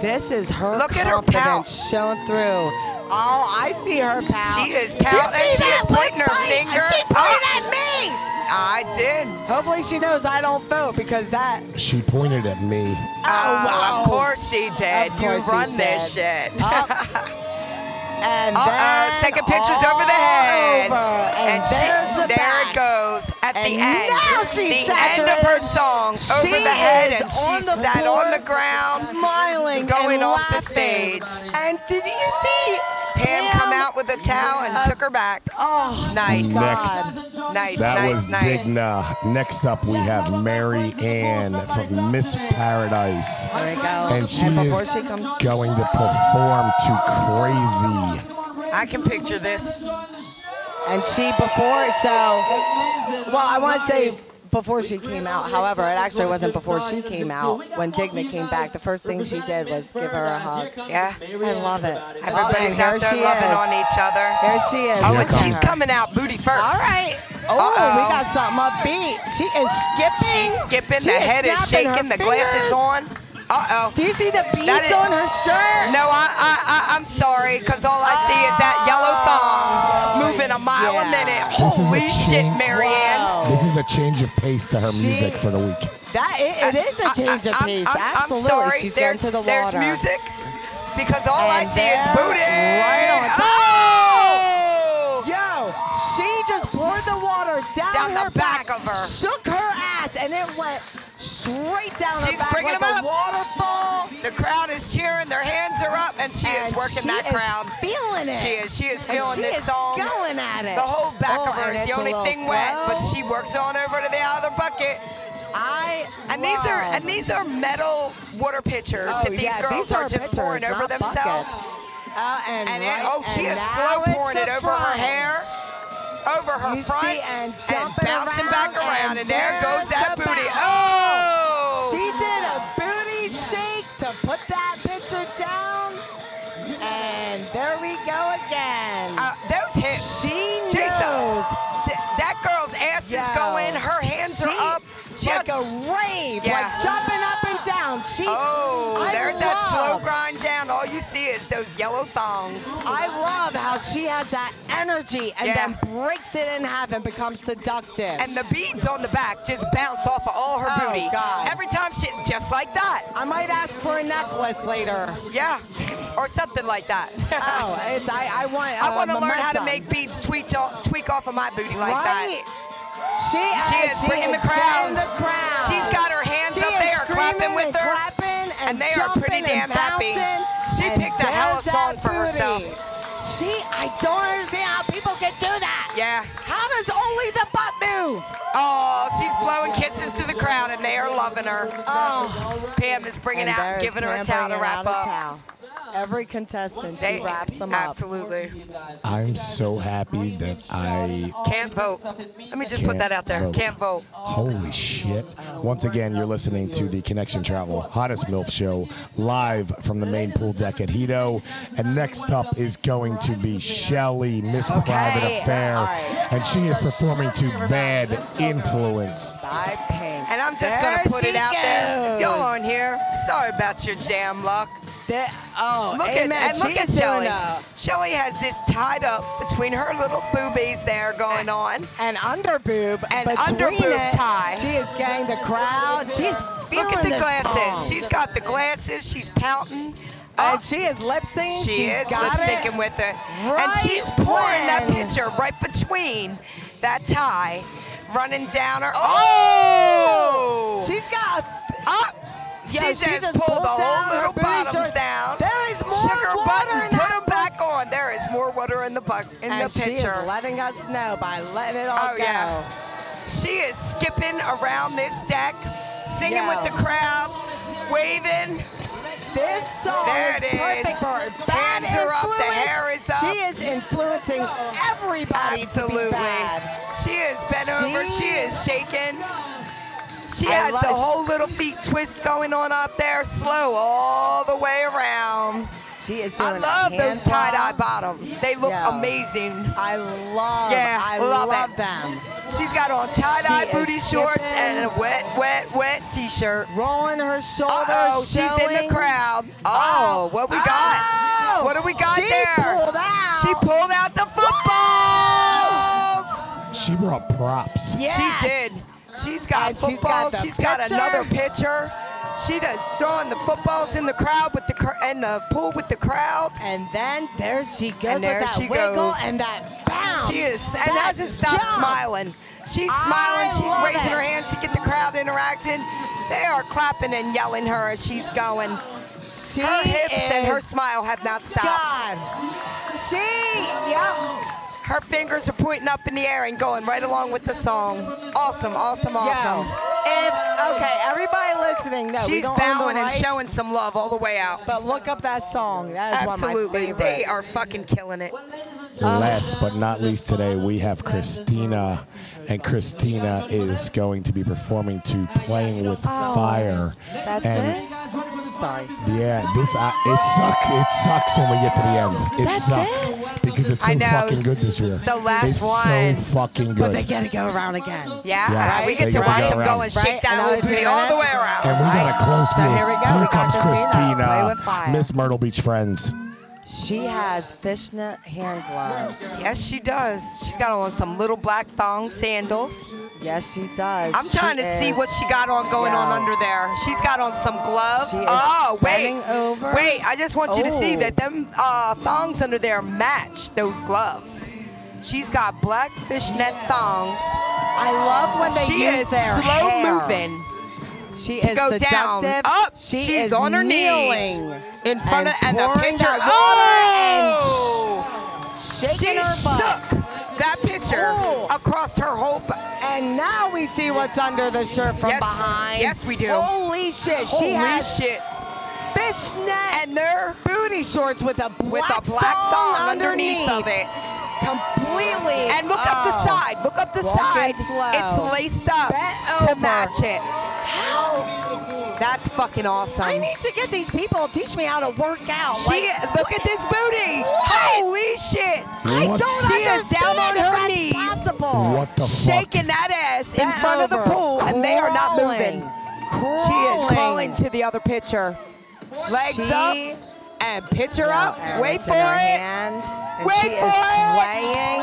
Speaker 5: this is her
Speaker 4: Look at her
Speaker 5: confidence
Speaker 4: pout.
Speaker 5: shown through. Oh, I see her pout.
Speaker 4: She is
Speaker 5: Do you
Speaker 4: pouting.
Speaker 5: see
Speaker 4: She is
Speaker 5: that
Speaker 4: pointing
Speaker 5: one
Speaker 4: her
Speaker 5: bite?
Speaker 4: finger
Speaker 5: She's
Speaker 4: up.
Speaker 5: pointing at me.
Speaker 4: I did.
Speaker 5: Hopefully, she knows I don't vote because that.
Speaker 3: She pointed at me.
Speaker 4: Oh,
Speaker 5: wow.
Speaker 4: of course she did.
Speaker 5: Of
Speaker 4: You
Speaker 5: course she
Speaker 4: run this
Speaker 5: did. Uh,
Speaker 4: shit.
Speaker 5: Up. and
Speaker 4: Uh-oh,
Speaker 5: then
Speaker 4: second picture's over the
Speaker 5: all
Speaker 4: head.
Speaker 5: over. And,
Speaker 4: she-
Speaker 5: there's the
Speaker 4: there
Speaker 5: back.
Speaker 4: it goes at the
Speaker 5: And
Speaker 4: end.
Speaker 5: now
Speaker 4: the
Speaker 5: she's sat
Speaker 4: end
Speaker 5: her-
Speaker 4: of her song over
Speaker 5: She
Speaker 4: the head,
Speaker 5: is
Speaker 4: and
Speaker 5: on
Speaker 4: she
Speaker 5: the
Speaker 4: sat
Speaker 5: floor,
Speaker 4: on the ground.
Speaker 5: smiling,
Speaker 4: going
Speaker 5: and
Speaker 4: off the
Speaker 5: laughing.
Speaker 4: stage.
Speaker 5: And did you see
Speaker 4: Pam come out with a towel and took her back.
Speaker 5: Oh,
Speaker 4: Nice,
Speaker 3: God.
Speaker 4: nice,
Speaker 3: That
Speaker 4: nice,
Speaker 3: was
Speaker 4: nice.
Speaker 3: Digna. Next up, we have Mary Ann from Miss Paradise.
Speaker 5: There we go.
Speaker 3: And she
Speaker 5: before
Speaker 3: is
Speaker 5: she comes,
Speaker 3: going to perform to Crazy.
Speaker 4: I can picture this.
Speaker 5: and she before so. Well, I want to say before she came out. However, it actually wasn't before she came out. When Digna came back, the first thing she did was give her a hug.
Speaker 4: Yeah.
Speaker 5: I love it.
Speaker 4: Everybody's
Speaker 5: Oh,
Speaker 4: out
Speaker 5: and
Speaker 4: there
Speaker 5: here she
Speaker 4: loving
Speaker 5: is.
Speaker 4: on each other.
Speaker 5: Here she is.
Speaker 4: Oh,
Speaker 3: Here
Speaker 4: and
Speaker 3: comes
Speaker 4: she's
Speaker 3: her.
Speaker 4: coming out booty first.
Speaker 5: All right. Oh, we
Speaker 4: Uh-oh.
Speaker 5: got something upbeat. She is skipping.
Speaker 4: She's skipping.
Speaker 5: She
Speaker 4: the head is
Speaker 5: snapping her
Speaker 4: shaking. The glasses
Speaker 5: fingers.
Speaker 4: on. Uh oh.
Speaker 5: Do you see the
Speaker 4: That
Speaker 5: beads
Speaker 4: is-
Speaker 5: on her shirt?
Speaker 4: No, I, I, I, I'm sorry, because all I see is that yellow thong moving a mile a
Speaker 5: Oh. Yeah.
Speaker 4: minute.
Speaker 3: This is a
Speaker 4: Holy shit,
Speaker 3: change.
Speaker 4: Marianne.
Speaker 3: This is a change of pace to her
Speaker 5: She-
Speaker 3: music for the week.
Speaker 5: That it, it is a change of
Speaker 4: I'm-
Speaker 5: pace.
Speaker 4: I'm, I'm
Speaker 5: Absolutely.
Speaker 4: sorry,
Speaker 5: She's going
Speaker 4: there's,
Speaker 5: to the
Speaker 4: there's
Speaker 5: water.
Speaker 4: music, because all I
Speaker 5: And
Speaker 4: see is
Speaker 5: they're
Speaker 4: booty.
Speaker 5: right on top.
Speaker 4: oh!
Speaker 5: Yo, she just poured the water down,
Speaker 4: Down the
Speaker 5: her
Speaker 4: back of her.
Speaker 5: shook her ass, and it went straight down her
Speaker 4: She's
Speaker 5: back
Speaker 4: bringing
Speaker 5: like
Speaker 4: 'em up.
Speaker 5: a waterfall.
Speaker 4: The crowd is cheering, their hands are up, and she is
Speaker 5: And
Speaker 4: working
Speaker 5: she
Speaker 4: that
Speaker 5: is
Speaker 4: crowd.
Speaker 5: feeling it.
Speaker 4: She is, she is
Speaker 5: And
Speaker 4: feeling
Speaker 5: she
Speaker 4: this
Speaker 5: is
Speaker 4: song.
Speaker 5: going at it.
Speaker 4: The whole back
Speaker 5: Oh,
Speaker 4: of her
Speaker 5: and
Speaker 4: is
Speaker 5: it's
Speaker 4: the
Speaker 5: a
Speaker 4: only
Speaker 5: little
Speaker 4: thing wet, but
Speaker 5: slow.
Speaker 4: she works on over to the other bucket.
Speaker 5: I
Speaker 4: And these are
Speaker 5: love
Speaker 4: and these are metal water pitchers
Speaker 5: Oh,
Speaker 4: that these
Speaker 5: yeah,
Speaker 4: girls
Speaker 5: these
Speaker 4: are,
Speaker 5: are
Speaker 4: just
Speaker 5: pictures,
Speaker 4: pouring over
Speaker 5: not
Speaker 4: themselves.
Speaker 5: buckets. Uh, and
Speaker 4: And
Speaker 5: right,
Speaker 4: it, oh, she
Speaker 5: and
Speaker 4: is
Speaker 5: now
Speaker 4: slow
Speaker 5: it's
Speaker 4: pouring
Speaker 5: the
Speaker 4: it over her
Speaker 5: front.
Speaker 4: hair, over her
Speaker 5: You
Speaker 4: front,
Speaker 5: see, and jumping
Speaker 4: bouncing back
Speaker 5: around,
Speaker 4: around.
Speaker 5: and
Speaker 4: And, there goes
Speaker 5: there's
Speaker 4: that
Speaker 5: the
Speaker 4: booty.
Speaker 5: back.
Speaker 4: Oh!
Speaker 5: She did a booty shake to put that picture down, and there we go again.
Speaker 4: uh, those hips.
Speaker 5: she knows.
Speaker 4: Jesus. Th- that girl's ass is
Speaker 5: Yo.
Speaker 4: going. Her hands
Speaker 5: She,
Speaker 4: are up. She
Speaker 5: like
Speaker 4: has-
Speaker 5: a rave,
Speaker 4: Yeah.
Speaker 5: like jumping up and down. She
Speaker 4: Oh,
Speaker 5: I
Speaker 4: there's that
Speaker 5: love-
Speaker 4: slow grind down. All you see is those those yellow thongs.
Speaker 5: I love how she has that energy and
Speaker 4: Yeah.
Speaker 5: then breaks it in half and becomes seductive.
Speaker 4: And the beads on the back just bounce off of all her
Speaker 5: Oh,
Speaker 4: booty.
Speaker 5: God.
Speaker 4: Every time she, just like that.
Speaker 5: I might ask for a necklace later.
Speaker 4: Yeah. Or something like that.
Speaker 5: Oh, it's, I, I want.
Speaker 4: I
Speaker 5: uh,
Speaker 4: want to learn how to
Speaker 5: momentum.
Speaker 4: make beads tweak off, tweak off of my booty like
Speaker 5: right.
Speaker 4: that.
Speaker 5: She,
Speaker 4: She
Speaker 5: is,
Speaker 4: is bringing the
Speaker 5: getting
Speaker 4: crowd.
Speaker 5: the crowd.
Speaker 4: She's got her hands
Speaker 5: She
Speaker 4: up.
Speaker 5: is
Speaker 4: They are clapping
Speaker 5: screaming
Speaker 4: with
Speaker 5: and
Speaker 4: her.
Speaker 5: clapping and,
Speaker 4: And they are pretty
Speaker 5: jumping and
Speaker 4: damn happy.
Speaker 5: bouncing
Speaker 4: She
Speaker 5: and
Speaker 4: picked a hella
Speaker 5: there's
Speaker 4: song
Speaker 5: that
Speaker 4: for herself.
Speaker 5: booty. She, I don't understand how people can do that.
Speaker 4: Yeah.
Speaker 5: How does only the butt move?
Speaker 4: Oh, she's blowing kisses to the crowd and they are loving her.
Speaker 5: Oh.
Speaker 4: Pam is bringing
Speaker 5: And
Speaker 4: out,
Speaker 5: there's
Speaker 4: giving her a
Speaker 5: Pam
Speaker 4: towel to
Speaker 5: bringing
Speaker 4: wrap
Speaker 5: out a
Speaker 4: up.
Speaker 5: towel. Every contestant, she
Speaker 4: They-
Speaker 5: wraps them up.
Speaker 4: absolutely.
Speaker 3: I'm so happy that I.
Speaker 4: Can't vote. Let me just put
Speaker 3: Can't
Speaker 4: that out there.
Speaker 3: vote.
Speaker 4: Can't vote.
Speaker 3: Holy shit. Once again, you're listening to the Connection Travel Hottest MILF Show live from the main pool deck at Hito. And next up is going to be Shelly, Miss Private Affair.
Speaker 5: all right.
Speaker 3: And she is performing to Bad Influence.
Speaker 5: By Pink.
Speaker 4: And I'm just
Speaker 5: There
Speaker 4: gonna put it
Speaker 5: she
Speaker 4: out there. If
Speaker 5: goes.
Speaker 4: y'all aren't here, sorry about your damn luck.
Speaker 5: There- oh,
Speaker 4: Look
Speaker 5: amen.
Speaker 4: at and look
Speaker 5: She's
Speaker 4: at
Speaker 5: doing
Speaker 4: Shelly.
Speaker 5: a-
Speaker 4: Shelly has this tied up between her little boobies there going on.
Speaker 5: an underboob
Speaker 4: An
Speaker 5: between
Speaker 4: underboob
Speaker 5: it,
Speaker 4: tie.
Speaker 5: She is getting the crowd. She's feeling
Speaker 4: Look at the
Speaker 5: this
Speaker 4: glasses.
Speaker 5: song.
Speaker 4: She's got the glasses. She's pouting. Oh,
Speaker 5: and she is lip syncing.
Speaker 4: she
Speaker 5: Uh, She's
Speaker 4: is lip
Speaker 5: got
Speaker 4: syncing
Speaker 5: it.
Speaker 4: with her. and
Speaker 5: Right
Speaker 4: she's pouring that
Speaker 5: when-
Speaker 4: picture right between that tie, running down her. Oh!
Speaker 5: She's got.
Speaker 4: up.
Speaker 5: Yeah,
Speaker 4: she, just
Speaker 5: just
Speaker 4: pulled the
Speaker 5: pulled down
Speaker 4: whole
Speaker 5: her
Speaker 4: little
Speaker 5: booty
Speaker 4: bottoms
Speaker 5: shorts.
Speaker 4: down.
Speaker 5: There is more
Speaker 4: Shook her
Speaker 5: water
Speaker 4: button,
Speaker 5: in
Speaker 4: put
Speaker 5: that
Speaker 4: them back on. There is more water in the buck in
Speaker 5: and
Speaker 4: the
Speaker 5: she is
Speaker 4: picture.
Speaker 5: letting us know by letting it all
Speaker 4: Oh,
Speaker 5: go.
Speaker 4: yeah. She is skipping around this deck, singing
Speaker 5: Yeah.
Speaker 4: with the crowd, waving.
Speaker 5: This song
Speaker 4: There it
Speaker 5: perfect
Speaker 4: is.
Speaker 5: for her. Bad
Speaker 4: Hands are up, the
Speaker 5: influence.
Speaker 4: hair is up.
Speaker 5: She is influencing everybody to be
Speaker 4: Absolutely.
Speaker 5: bad.
Speaker 4: She is bent over. She is shaking. She
Speaker 5: I
Speaker 4: has the
Speaker 5: love-
Speaker 4: whole little feet twist going on up there, slow all the way around.
Speaker 5: She is.
Speaker 4: I
Speaker 5: doing
Speaker 4: love those
Speaker 5: hand
Speaker 4: tie dye
Speaker 5: bob.
Speaker 4: bottoms. They look
Speaker 5: Yeah.
Speaker 4: amazing.
Speaker 5: I love.
Speaker 4: Yeah,
Speaker 5: I
Speaker 4: love it.
Speaker 5: them.
Speaker 4: She's got on tie dye
Speaker 5: She is
Speaker 4: booty shorts
Speaker 5: skipping.
Speaker 4: and a wet, wet, wet t shirt.
Speaker 5: Rolling her shoulders.
Speaker 4: Oh, she's in
Speaker 5: showing-
Speaker 4: the crowd. Oh, what we
Speaker 5: Oh!
Speaker 4: got? What do we got
Speaker 5: She
Speaker 4: there?
Speaker 5: pulled out.
Speaker 4: She pulled out the footballs.
Speaker 3: She brought props.
Speaker 4: She
Speaker 5: Yes.
Speaker 4: did. She's got
Speaker 5: And she's
Speaker 4: footballs.
Speaker 5: got the
Speaker 4: She's got,
Speaker 5: picture.
Speaker 4: another pitcher. She does throwing the footballs in the crowd with the cr- and the pool with the crowd.
Speaker 5: And then there she goes
Speaker 4: And there
Speaker 5: with that
Speaker 4: she
Speaker 5: wiggle
Speaker 4: goes.
Speaker 5: and that bounce.
Speaker 4: She is, and
Speaker 5: That
Speaker 4: doesn't stop
Speaker 5: jump.
Speaker 4: smiling. She's
Speaker 5: I
Speaker 4: smiling.
Speaker 5: love
Speaker 4: She's raising
Speaker 5: it.
Speaker 4: her hands to get the crowd interacting. They are clapping and yelling her as she's going.
Speaker 5: She
Speaker 4: Her hips and her
Speaker 5: is
Speaker 4: smile have not stopped.
Speaker 5: God. She, yep.
Speaker 4: Her fingers are pointing up in the air and going right along with the song. Awesome, awesome, awesome.
Speaker 5: If, okay, everybody listening, no, we
Speaker 4: She's
Speaker 5: don't own the
Speaker 4: bowing and
Speaker 5: rights,
Speaker 4: showing some love all the way out.
Speaker 5: But look up that song. That is
Speaker 4: Absolutely,
Speaker 5: one of my
Speaker 4: they
Speaker 5: favorites.
Speaker 4: are fucking killing it.
Speaker 5: Uh,
Speaker 3: Last but not least today, we have Christina. And Christina is going to be performing to Playing with Fire.
Speaker 5: Oh, That's
Speaker 3: and
Speaker 5: it. Sorry.
Speaker 3: Yeah, this I, it sucks. It sucks when we get to the end. It
Speaker 5: That's
Speaker 3: sucks because it's so
Speaker 4: I know.
Speaker 3: fucking good this year.
Speaker 4: It's the last
Speaker 3: it's
Speaker 4: one.
Speaker 3: so fucking
Speaker 5: But they
Speaker 3: good.
Speaker 5: gotta go around again.
Speaker 4: Yeah,
Speaker 3: Yeah,
Speaker 4: we get
Speaker 3: they
Speaker 4: to
Speaker 3: gotta
Speaker 4: watch
Speaker 3: go
Speaker 4: them
Speaker 3: around.
Speaker 4: go and shake
Speaker 5: Right,
Speaker 4: that
Speaker 5: and
Speaker 4: whole
Speaker 5: I'll do
Speaker 4: booty all the way
Speaker 5: that.
Speaker 4: around.
Speaker 3: And we got a close
Speaker 5: So
Speaker 3: view.
Speaker 5: here we go.
Speaker 3: Here
Speaker 5: We got
Speaker 3: comes
Speaker 5: Christina, Play
Speaker 3: Christina,
Speaker 5: with Fire.
Speaker 3: Miss Myrtle Beach Friends.
Speaker 5: She has fishnet hand gloves.
Speaker 4: Yes, she does. She's got on some little black thong sandals.
Speaker 5: Yes, she does.
Speaker 4: I'm trying
Speaker 5: She
Speaker 4: to see
Speaker 5: is-
Speaker 4: what she got on going
Speaker 5: Yeah.
Speaker 4: on under there. She's got on some gloves.
Speaker 5: She is
Speaker 4: oh, wait.
Speaker 5: bending over.
Speaker 4: Wait, I just want you to see
Speaker 5: Oh.
Speaker 4: that them uh, thongs under there match those gloves. She's got black fishnet thongs.
Speaker 5: I love when they
Speaker 4: she
Speaker 5: use
Speaker 4: is
Speaker 5: their
Speaker 4: slow
Speaker 5: hair.
Speaker 4: moving
Speaker 5: She
Speaker 4: to
Speaker 5: is
Speaker 4: go down.
Speaker 5: seductive.
Speaker 4: Up.
Speaker 5: She
Speaker 4: She's
Speaker 5: is
Speaker 4: on her
Speaker 5: kneeling
Speaker 4: knees in front
Speaker 5: and
Speaker 4: of and the
Speaker 5: pouring
Speaker 4: picture.
Speaker 5: that water
Speaker 4: Oh!
Speaker 5: shaking
Speaker 4: she
Speaker 5: her butt.
Speaker 4: shook that picture
Speaker 5: Oh.
Speaker 4: across her whole. bu-
Speaker 5: And now we see what's under the shirt from
Speaker 4: Yes.
Speaker 5: behind.
Speaker 4: Yes, we do.
Speaker 5: Holy shit!
Speaker 4: Holy
Speaker 5: she has
Speaker 4: shit!
Speaker 5: fishnet
Speaker 4: And they're
Speaker 5: booty shorts with a black
Speaker 4: with a black
Speaker 5: thong,
Speaker 4: thong underneath of it.
Speaker 5: Completely.
Speaker 4: And look up the
Speaker 5: Oh.
Speaker 4: side. Look up the
Speaker 5: Walk
Speaker 4: side.
Speaker 5: it slow.
Speaker 4: It's laced up
Speaker 5: Bent
Speaker 4: to
Speaker 5: over.
Speaker 4: match it. That's fucking awesome.
Speaker 5: I need to get these people to teach me how to work out.
Speaker 4: she
Speaker 5: like,
Speaker 4: look at this booty.
Speaker 5: What?
Speaker 4: Holy shit.
Speaker 5: I
Speaker 3: What?
Speaker 5: don't
Speaker 4: She is down on
Speaker 5: understand how
Speaker 4: her
Speaker 5: that's
Speaker 4: knees.
Speaker 5: Possible.
Speaker 3: What the
Speaker 4: Shaking that ass in
Speaker 5: Bent
Speaker 4: front of the
Speaker 5: over.
Speaker 4: pool and they are not
Speaker 5: Crawling.
Speaker 4: moving. She is
Speaker 5: Crawling.
Speaker 4: crawling to the other pitcher. Legs
Speaker 5: She
Speaker 4: up, and pitch her up.
Speaker 5: Eric's
Speaker 4: Wait
Speaker 5: in
Speaker 4: for
Speaker 5: her
Speaker 4: it.
Speaker 5: Hand, and
Speaker 4: Wait
Speaker 5: she
Speaker 4: for
Speaker 5: is
Speaker 4: it.
Speaker 5: swaying.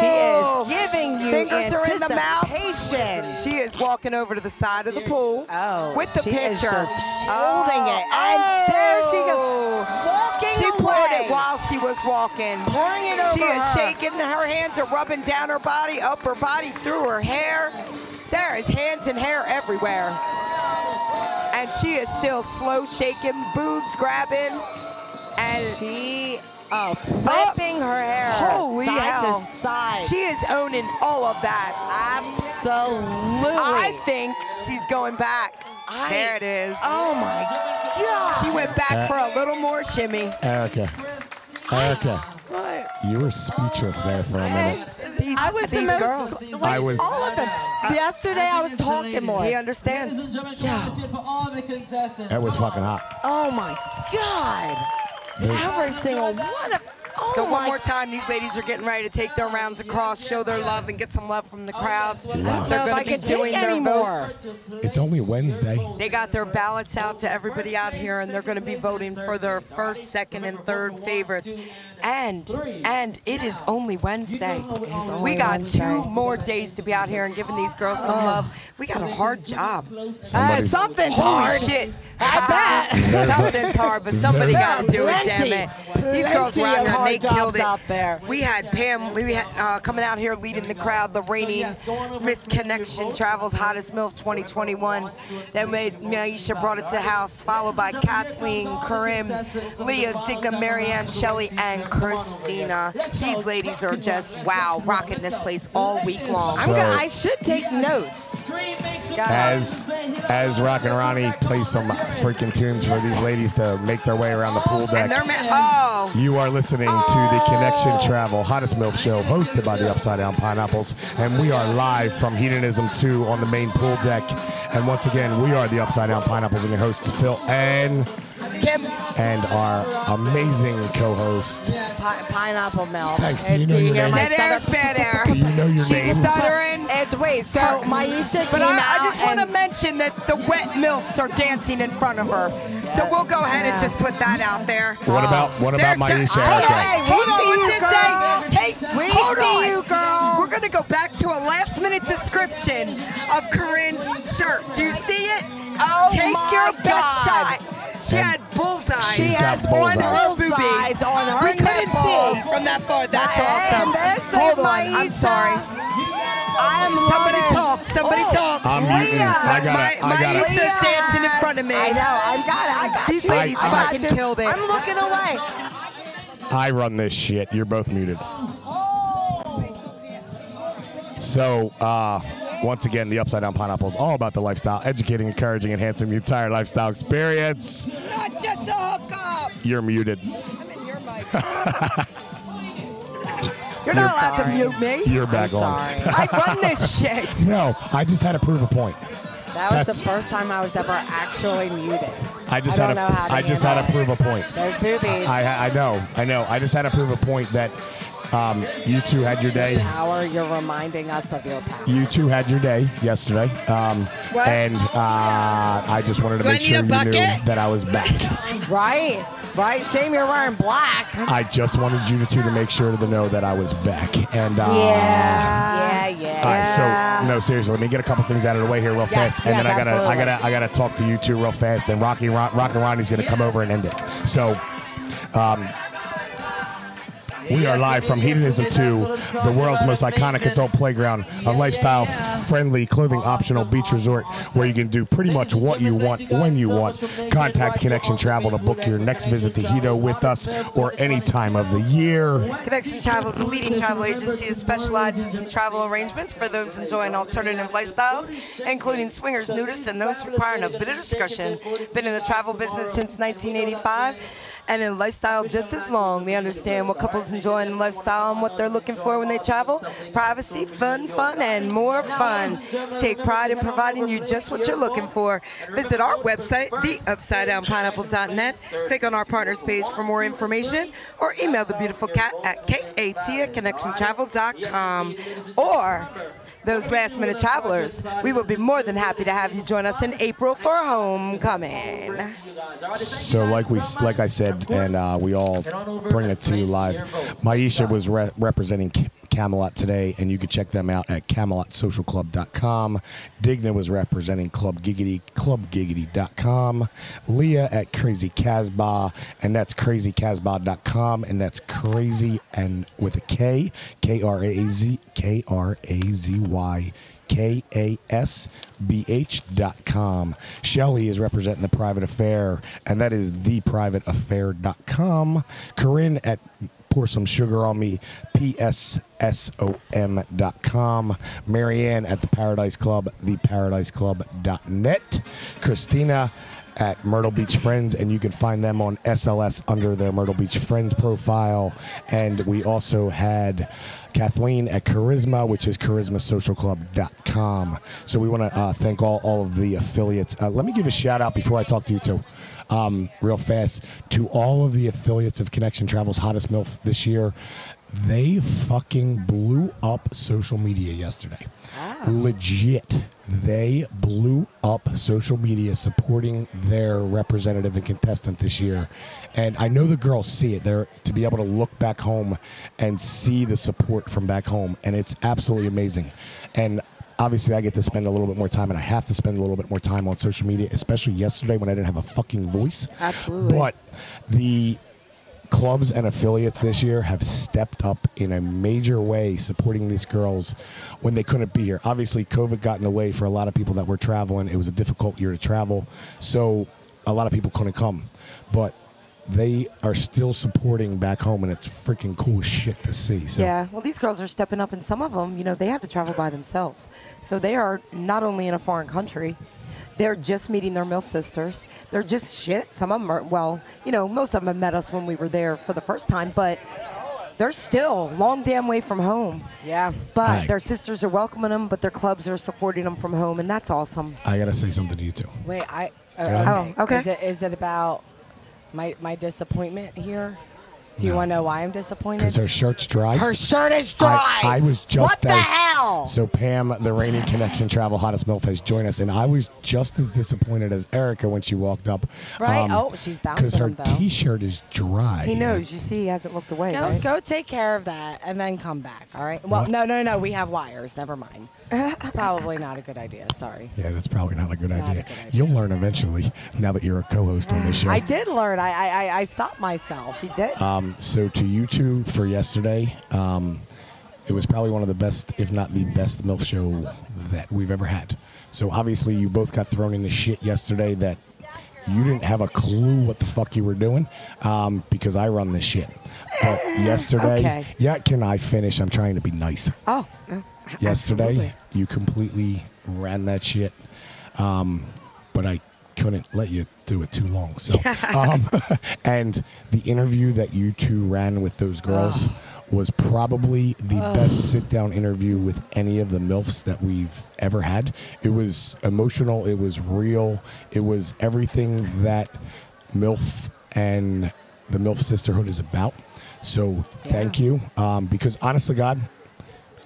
Speaker 5: She
Speaker 4: Oh,
Speaker 5: is giving you
Speaker 4: Fingers are in the mouth.
Speaker 5: anticipation.
Speaker 4: She is walking over to the side of the pool
Speaker 5: Oh,
Speaker 4: with the
Speaker 5: she
Speaker 4: pitcher,
Speaker 5: is just holding it. And there she goes, walking
Speaker 4: Oh. She poured it
Speaker 5: away.
Speaker 4: while she was walking.
Speaker 5: Pouring it over
Speaker 4: She is
Speaker 5: her.
Speaker 4: shaking. Her hands are rubbing down her body, up her body, through her hair. There is hands and hair everywhere. And she is still slow shaking, boobs grabbing, and
Speaker 5: She
Speaker 4: uh,
Speaker 5: oh, flipping her hair
Speaker 4: holy
Speaker 5: side
Speaker 4: hell,
Speaker 5: to side.
Speaker 4: she is owning all of that.
Speaker 5: absolutely.
Speaker 4: I think she's going back.
Speaker 5: I-
Speaker 4: there it is.
Speaker 5: oh my god.
Speaker 4: She went back for a little more shimmy.
Speaker 3: Erica. Erica. You were speechless there for a minute.
Speaker 4: These,
Speaker 5: I was the
Speaker 4: these
Speaker 5: most-
Speaker 4: girls.
Speaker 1: Like,
Speaker 3: I was-
Speaker 5: all of them. Yesterday I was talking more.
Speaker 4: He understands.
Speaker 1: Ladies and gentlemen, come on, let's hear it for all the contestants.
Speaker 3: That was
Speaker 1: Come on.
Speaker 3: fucking hot.
Speaker 5: Oh my god. Every single one of oh
Speaker 4: So one
Speaker 5: my
Speaker 4: more time, these ladies are getting ready to take their rounds across, show their love, and get some love from the crowd.
Speaker 5: I
Speaker 4: They're
Speaker 5: don't know if
Speaker 4: going
Speaker 5: I
Speaker 4: to be
Speaker 5: can take
Speaker 4: doing their
Speaker 5: any more.
Speaker 4: votes.
Speaker 3: It's only Wednesday.
Speaker 4: They got their ballots out to everybody out here, and they're going to be voting for their first, second, and third favorites. And and it is only Wednesday. We got two more days to be out here and giving these girls some love. We got a hard job.
Speaker 5: Uh,
Speaker 4: Ah,
Speaker 3: Somebody-
Speaker 5: something's
Speaker 4: Holy
Speaker 5: hard.
Speaker 4: shit.
Speaker 5: I bet.
Speaker 4: Something's hard, but somebody
Speaker 3: There's
Speaker 4: got to do it, damn it. These girls were out here and they
Speaker 5: Plenty of hard
Speaker 4: killed it.
Speaker 5: jobs out there.
Speaker 4: We had Pam we had, uh, coming out here leading the crowd, the reigning Miss Connection Travels Hottest MILF 2021. Then we had Maisha brought it to house, followed by Kathleen, Karim, Leah, Digna, Marianne, Shelley, and Christina. These ladies are just, wow, rocking this place all week long.
Speaker 5: I'm gonna, I should take notes.
Speaker 3: As as Rock and Ronnie play some freaking tunes for these ladies to make their way around the pool
Speaker 4: And they're, Oh.
Speaker 3: deck.
Speaker 4: ma- oh.
Speaker 3: You are listening to the Connection Travel Hottest Milk Show hosted by the Upside Down Pineapples. And we are live from Hedonism 2 on the main pool deck. And once again, we are the Upside Down Pineapples and your hosts, Phil and
Speaker 4: Kim,
Speaker 3: and our amazing co-host.
Speaker 5: Pi- pineapple milk.
Speaker 3: Thanks, do
Speaker 5: Hey,
Speaker 3: you know your
Speaker 5: hear
Speaker 3: name?
Speaker 5: my
Speaker 4: Dead air's
Speaker 5: stomach?
Speaker 4: bad air.
Speaker 3: Do you know your
Speaker 4: She's
Speaker 3: name?
Speaker 4: stuttering.
Speaker 5: It's wait, so Maisha
Speaker 4: But
Speaker 5: came
Speaker 4: I, I
Speaker 5: out
Speaker 4: just want to
Speaker 5: and-
Speaker 4: mention that the wet milks are dancing in front of her. So we'll go ahead and
Speaker 5: Yeah.
Speaker 4: just put that out there. Um,
Speaker 3: What about what about
Speaker 4: There's
Speaker 3: Maisha?
Speaker 4: a- Hold on,
Speaker 5: Hey,
Speaker 3: Erica?
Speaker 5: we
Speaker 4: hold on,
Speaker 5: see
Speaker 4: what's
Speaker 5: you,
Speaker 4: this
Speaker 5: girl.
Speaker 4: say? Take,
Speaker 5: We
Speaker 4: hold
Speaker 5: see
Speaker 4: on.
Speaker 5: you, girl.
Speaker 4: We're gonna go back to a last minute description of Corinne's shirt. Do you see it?
Speaker 5: Oh
Speaker 4: Take
Speaker 5: my
Speaker 4: your best
Speaker 5: God.
Speaker 4: shot. She
Speaker 3: And
Speaker 4: had bullseyes
Speaker 3: She's
Speaker 5: She
Speaker 3: got
Speaker 5: has one
Speaker 3: bullseyes.
Speaker 4: on her
Speaker 5: bullseye
Speaker 4: boobies.
Speaker 5: on her
Speaker 4: we couldn't
Speaker 5: nipple.
Speaker 4: see from that far. That's
Speaker 5: Hey,
Speaker 4: awesome.
Speaker 5: listen,
Speaker 4: Hold on, I'm
Speaker 5: Maisha.
Speaker 4: sorry.
Speaker 5: I'm
Speaker 4: Somebody
Speaker 5: loving-
Speaker 4: talk. Somebody
Speaker 5: Oh,
Speaker 4: talk.
Speaker 3: I'm muting. I gotta-
Speaker 4: my
Speaker 3: I gotta-
Speaker 4: Maisha's
Speaker 5: Leah.
Speaker 4: dancing in front of me.
Speaker 5: I know. I got it. I got
Speaker 4: These
Speaker 5: you.
Speaker 4: ladies
Speaker 5: I got
Speaker 4: fucking
Speaker 5: you.
Speaker 4: killed it.
Speaker 5: I'm looking away.
Speaker 3: I run this shit. You're both muted. So, uh, once again, the Upside Down Pineapple is all about the lifestyle, educating, encouraging, enhancing the entire lifestyle experience.
Speaker 4: Not just a hookup.
Speaker 3: You're muted.
Speaker 4: I'm in your mic. You're not allowed
Speaker 5: fine.
Speaker 4: to mute me.
Speaker 3: You're back
Speaker 5: I'm
Speaker 3: on.
Speaker 5: sorry.
Speaker 4: I run this shit.
Speaker 3: No, I just had to prove a point.
Speaker 5: That
Speaker 3: That's-
Speaker 5: was the first time I was ever actually muted.
Speaker 3: I just
Speaker 5: I
Speaker 3: had to,
Speaker 5: don't know how to
Speaker 3: I just had
Speaker 5: handle
Speaker 3: to prove a point.
Speaker 5: Those boobies.
Speaker 3: I, I know, I know. I just had to prove a point that um, you two had your day.
Speaker 5: power. You're reminding us of your power.
Speaker 3: You two had your day yesterday, um,
Speaker 4: What?
Speaker 3: and uh, I just wanted to
Speaker 4: Do I
Speaker 3: make
Speaker 4: need
Speaker 3: sure
Speaker 4: a
Speaker 3: you knew
Speaker 4: bucket?
Speaker 3: that I was back.
Speaker 5: Right? Right? Shame you're wearing black.
Speaker 3: I just wanted you two to make sure to know that I was back. And uh,
Speaker 5: Yeah, yeah.
Speaker 3: All right, so no, seriously, let me get a couple things out of the way here real
Speaker 5: Yes,
Speaker 3: fast, and
Speaker 5: yes,
Speaker 3: then I gotta,
Speaker 5: absolutely.
Speaker 3: I gotta, I gotta talk to you two real fast. And Rocky, Ron, Rock and Ronnie's gonna come over and end it. So, um, we are live from Hedonism 2, the world's most iconic adult playground, a lifestyle-friendly, clothing-optional beach resort where you can do pretty much what you want when you want. Contact Connection Travel to book your next visit to Hedo with us or any time of the year.
Speaker 4: Connection Travel is a leading travel agency that specializes in travel arrangements for those enjoying alternative lifestyles, including swingers, nudists, and those requiring a bit of discretion. Been in the travel business since 1985 and in lifestyle just as long. They understand what couples enjoy in the lifestyle and what they're looking for when they travel. Privacy, fun, fun, and more fun. Take pride in providing you just what you're looking for. Visit our website, theupsidedownpineapple.net. Click on our partners page for more information or email the beautiful cat at kat at connectiontravel.com or those last minute travelers, we would be more than happy to have you join us in April for homecoming.
Speaker 3: So like we like I said, and uh, we all bring it to you live. Maisha was re- representing C- Camelot today, and you can check them out at CamelotSocialClub.com. Digna was representing Club Giggity, ClubGiggity.com. Leah at Crazy Casbah, and that's CrazyCasbah.com, and that's Crazy and with a K, K R A Z K R A Z Y. KASBH.com. Shelly is representing the private affair, and that is theprivateaffair.com. Corinne at Pour Some Sugar on Me, PSSOM.com. Marianne at the Paradise Club, theparadiseclub.net. Christina at Myrtle Beach Friends, and you can find them on SLS under their Myrtle Beach Friends profile. And we also had Kathleen at Charisma, which is charismasocialclub.com. So we want to uh, thank all, all of the affiliates. Uh, let me give a shout out before I talk to you two. Um, real fast to all of the affiliates of Connection Travel's Hottest MILF this year. They fucking blew up social media yesterday. Legit. They blew up social media supporting their representative and contestant this year. And I know the girls see it. They're to be able to look back home and see the support from back home. And it's absolutely amazing. And obviously I get to spend a little bit more time and I have to spend a little bit more time on social media, especially yesterday when I didn't have a fucking voice.
Speaker 4: Absolutely.
Speaker 3: But the clubs and affiliates this year have stepped up in a major way supporting these girls when they couldn't be here. Obviously, COVID got in the way for a lot of people that were traveling. It was a difficult year to travel, so a lot of people couldn't come. But they are still supporting back home, and it's freaking cool as shit to see. So
Speaker 4: Yeah, well, these girls are stepping up, and some of them, you know, they have to travel by themselves. So they are not only in a foreign country, they're just meeting their MILF sisters. They're just shit. Some of them are, well, you know, most of them met us when we were there for the first time, but they're still long damn way from home.
Speaker 5: Yeah.
Speaker 4: But
Speaker 3: Right.
Speaker 4: their sisters are welcoming them, but their clubs are supporting them from home, and that's awesome.
Speaker 3: I gotta say something to you too.
Speaker 5: Wait, I. Uh,
Speaker 3: Yeah.
Speaker 5: okay.
Speaker 4: Oh, okay.
Speaker 5: Is it, is it about my my disappointment here? Do you want to know why I'm disappointed?
Speaker 3: Because her shirt's dry.
Speaker 5: Her shirt is dry.
Speaker 3: I, I was just
Speaker 5: What the
Speaker 3: as-
Speaker 5: hell?
Speaker 3: So Pam, the Rainy Connection Travel Hottest MILF has joined us, and I was just as disappointed as Erica when she walked up.
Speaker 5: Right? Oh, she's bouncing
Speaker 3: Because Um, her
Speaker 5: them, though.
Speaker 3: T-shirt is dry.
Speaker 4: He knows. You see, he hasn't looked away.
Speaker 5: Go,
Speaker 4: right?
Speaker 5: go take care of that and then come back. All right. Well,
Speaker 3: What?
Speaker 5: no, no, no. We have wires. Never mind. Probably not a good idea. Sorry.
Speaker 3: Yeah, that's probably not a good,
Speaker 5: Not a
Speaker 3: idea.
Speaker 5: good idea.
Speaker 3: You'll learn eventually now that you're a co-host on this show.
Speaker 5: I did learn. I I, I, I stopped myself.
Speaker 4: She did.
Speaker 3: Um, so to you two for yesterday, um, it was probably one of the best, if not the best, milk show that we've ever had. So obviously, you both got thrown into shit yesterday that you didn't have a clue what the fuck you were doing um, because I run this shit. But yesterday,
Speaker 4: Okay.
Speaker 3: yeah, can I finish? I'm trying to be nice.
Speaker 4: oh, uh,
Speaker 3: Yesterday,
Speaker 4: absolutely.
Speaker 3: you completely ran that shit, um, but I couldn't let you do it too long. So, um, and the interview that you two ran with those girls was probably the best sit-down interview with any of the milfs that we've ever had. It was emotional. It was real. It was everything that milf and the milf sisterhood is about. So, thank you, um, because honestly, God,